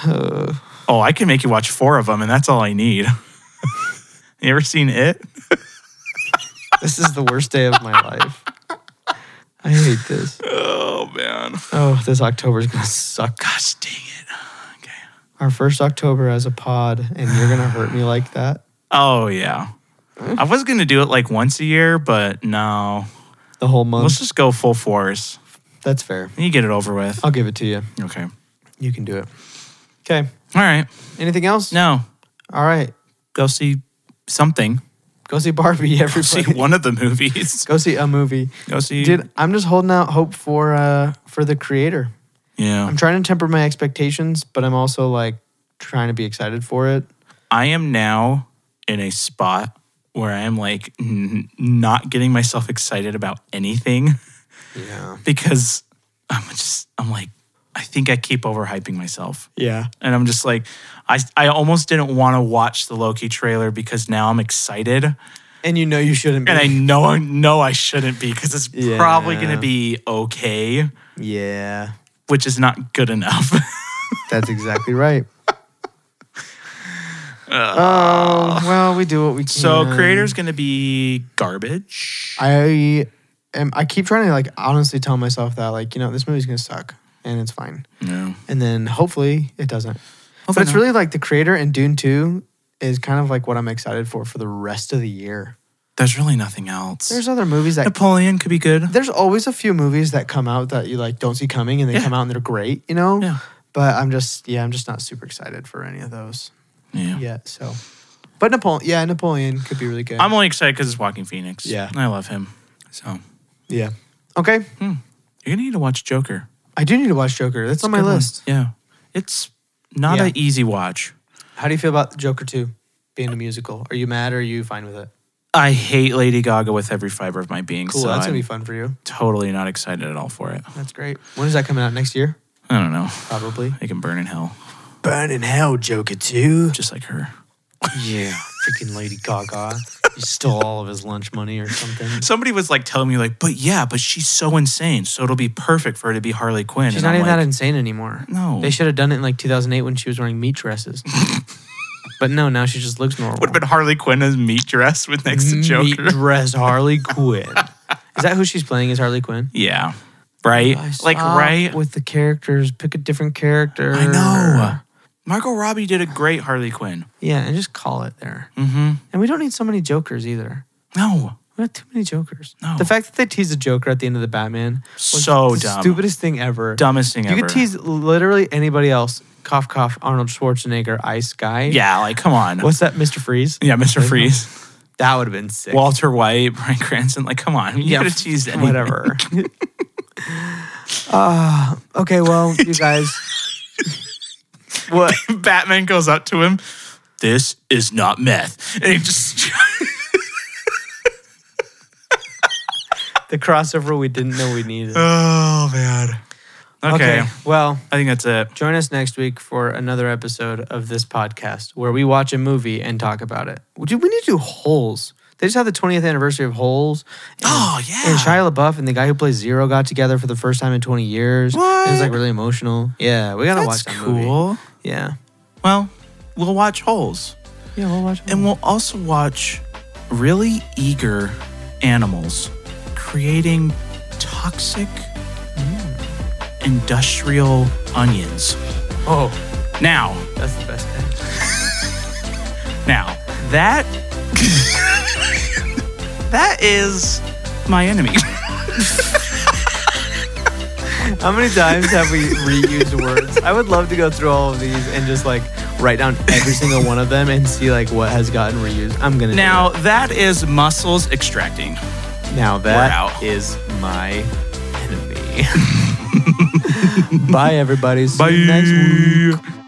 [SPEAKER 2] oh, I can make you watch four of them, and that's all I need. you ever seen it?
[SPEAKER 3] This is the worst day of my life. I hate this.
[SPEAKER 2] Oh man.
[SPEAKER 3] Oh, this October's gonna suck.
[SPEAKER 2] Gosh dang it. Okay.
[SPEAKER 3] Our first October as a pod, and you're gonna hurt me like that
[SPEAKER 2] Oh yeah. I was gonna do it like once a year, but no.
[SPEAKER 3] the whole month.
[SPEAKER 2] Let's just go full force.
[SPEAKER 3] That's fair.
[SPEAKER 2] You get it over with.
[SPEAKER 3] I'll give it to you.
[SPEAKER 2] Okay. All
[SPEAKER 3] You can do it. Okay.
[SPEAKER 2] right.
[SPEAKER 3] Anything else?
[SPEAKER 2] No.
[SPEAKER 3] All right.
[SPEAKER 2] Go see something.
[SPEAKER 3] Go see Barbie. Everybody.
[SPEAKER 2] See one of the movies.
[SPEAKER 3] Go see a movie.
[SPEAKER 2] Go see.
[SPEAKER 3] Dude, I'm just holding out hope for uh for the creator.
[SPEAKER 2] yeah.
[SPEAKER 3] I'm trying to temper my expectations, but I'm also like trying to be excited for it.
[SPEAKER 2] I am now in a spot where I am like n- not getting myself excited about anything
[SPEAKER 3] Yeah.
[SPEAKER 2] because I'm just I'm like I think I keep overhyping myself.
[SPEAKER 3] Yeah.
[SPEAKER 2] And I'm just like I I almost didn't want to watch the Loki trailer because now I'm excited
[SPEAKER 3] And you know you shouldn't be.
[SPEAKER 2] and I know I know I shouldn't be cuz it's probably going
[SPEAKER 3] Yeah.
[SPEAKER 2] to be okay,
[SPEAKER 3] yeah.
[SPEAKER 2] which is not good enough.
[SPEAKER 3] That's exactly right. oh, well, we do what we can.
[SPEAKER 2] so creator's going to be garbage.
[SPEAKER 3] I am I keep trying to like honestly tell myself that like, you know, this movie's going to suck and it's fine.
[SPEAKER 2] No.
[SPEAKER 3] And then hopefully it doesn't. but
[SPEAKER 2] Hopefully
[SPEAKER 3] it's
[SPEAKER 2] not.
[SPEAKER 3] really like the creator and Dune 2 is kind of like what I'm excited for for the rest of the year.
[SPEAKER 2] There's really nothing else.
[SPEAKER 3] There's other movies that
[SPEAKER 2] Napoleon could be good.
[SPEAKER 3] there's always a few movies that come out that you like don't see coming and they
[SPEAKER 2] Yeah.
[SPEAKER 3] come out and they're great, you know?
[SPEAKER 2] Yeah.
[SPEAKER 3] But I'm just yeah, I'm just not super excited for any of those
[SPEAKER 2] Yeah.
[SPEAKER 3] yet, so But Napoleon, yeah, Napoleon could be really good.
[SPEAKER 2] I'm only excited because it's Walking Phoenix.
[SPEAKER 3] Yeah.
[SPEAKER 2] I love him. So
[SPEAKER 3] yeah. Okay.
[SPEAKER 2] you're gonna need to watch Joker.
[SPEAKER 3] I do need to watch Joker. That's on my
[SPEAKER 2] Good one.
[SPEAKER 3] list.
[SPEAKER 2] Yeah. It's not
[SPEAKER 3] Yeah.
[SPEAKER 2] an easy watch.
[SPEAKER 3] How do you feel about Joker 2 being a musical? Are you mad or are you fine with it?
[SPEAKER 2] I hate Lady Gaga with every fiber of my being.
[SPEAKER 3] Cool.
[SPEAKER 2] so
[SPEAKER 3] that's going
[SPEAKER 2] I'm
[SPEAKER 3] to be fun for you.
[SPEAKER 2] totally not excited at all for it.
[SPEAKER 3] That's great. When is that coming out next year?
[SPEAKER 2] I don't know.
[SPEAKER 3] Probably.
[SPEAKER 2] They can burn in hell,
[SPEAKER 3] Burn in hell, Joker 2.
[SPEAKER 2] just like her.
[SPEAKER 3] Yeah. Freaking Lady Gaga. He stole all of his lunch money or something.
[SPEAKER 2] Somebody was like telling me, like, but yeah, but she's so insane, so it'll be perfect for her to be Harley Quinn.
[SPEAKER 3] She's
[SPEAKER 2] And
[SPEAKER 3] not
[SPEAKER 2] I'm
[SPEAKER 3] even that
[SPEAKER 2] like,
[SPEAKER 3] insane anymore.
[SPEAKER 2] No.
[SPEAKER 3] They should have done it in like 2008 when she was wearing meat dresses. but no, now she just looks normal.
[SPEAKER 2] would have been Harley Quinn as meat dress with next to
[SPEAKER 3] Meat
[SPEAKER 2] Joker.
[SPEAKER 3] dress Harley Quinn. Is that who she's playing? Is Harley Quinn?
[SPEAKER 2] yeah, right. Like
[SPEAKER 3] Stop
[SPEAKER 2] right.
[SPEAKER 3] with the characters. Pick a different character.
[SPEAKER 2] I know. Margot Robbie did a great Harley Quinn.
[SPEAKER 3] Yeah, and just call it there.
[SPEAKER 2] Mm-hmm.
[SPEAKER 3] And we don't need so many jokers either.
[SPEAKER 2] No,
[SPEAKER 3] We have too many jokers.
[SPEAKER 2] No.
[SPEAKER 3] The fact that they teased a Joker at the end of the Batman was
[SPEAKER 2] So
[SPEAKER 3] the
[SPEAKER 2] dumb.
[SPEAKER 3] stupidest thing ever.
[SPEAKER 2] dumbest thing
[SPEAKER 3] You
[SPEAKER 2] ever.
[SPEAKER 3] could tease literally anybody else. Cough, cough. Arnold Schwarzenegger, Ice Guy.
[SPEAKER 2] Yeah, like come on.
[SPEAKER 3] What's that, Mr. Freeze?
[SPEAKER 2] yeah, Mr. Freeze,
[SPEAKER 3] That would have been sick.
[SPEAKER 2] Walter White, Brian Cranston. Like, come on. You could have teased anything.
[SPEAKER 3] whatever. uh, okay, well, you guys. what?
[SPEAKER 2] Batman goes up to him. This is not meth, and he just.
[SPEAKER 3] The crossover we didn't know we needed.
[SPEAKER 2] oh man. okay.
[SPEAKER 3] Well,
[SPEAKER 2] I think that's it.
[SPEAKER 3] join us next week for another episode of this podcast where we watch a movie and talk about it. Dude, we need to do Holes. They just had the 20th anniversary of Holes. And,
[SPEAKER 2] Oh, yeah.
[SPEAKER 3] And Shia LaBeouf and the guy who plays Zero got together for the first time in 20 years. It was like
[SPEAKER 2] What?
[SPEAKER 3] really emotional. Yeah, we gotta watch
[SPEAKER 2] That's
[SPEAKER 3] that movie.
[SPEAKER 2] cool.
[SPEAKER 3] Yeah.
[SPEAKER 2] Well, we'll watch holes.
[SPEAKER 3] Yeah, we'll watch.
[SPEAKER 2] And we'll also watch really eager animals creating toxic
[SPEAKER 3] Mm.
[SPEAKER 2] industrial onions.
[SPEAKER 3] oh,
[SPEAKER 2] Now,
[SPEAKER 3] that's the best. Thing.
[SPEAKER 2] now, that that is my enemy.
[SPEAKER 3] How many times have we reused words? I would love to go through all of these and just like write down every single one of them and see like what has gotten reused. I'm gonna
[SPEAKER 2] now, that is muscles extracting.
[SPEAKER 3] do it. now
[SPEAKER 2] out.
[SPEAKER 3] that is my enemy. Bye everybody. See you next week.
[SPEAKER 2] Bye.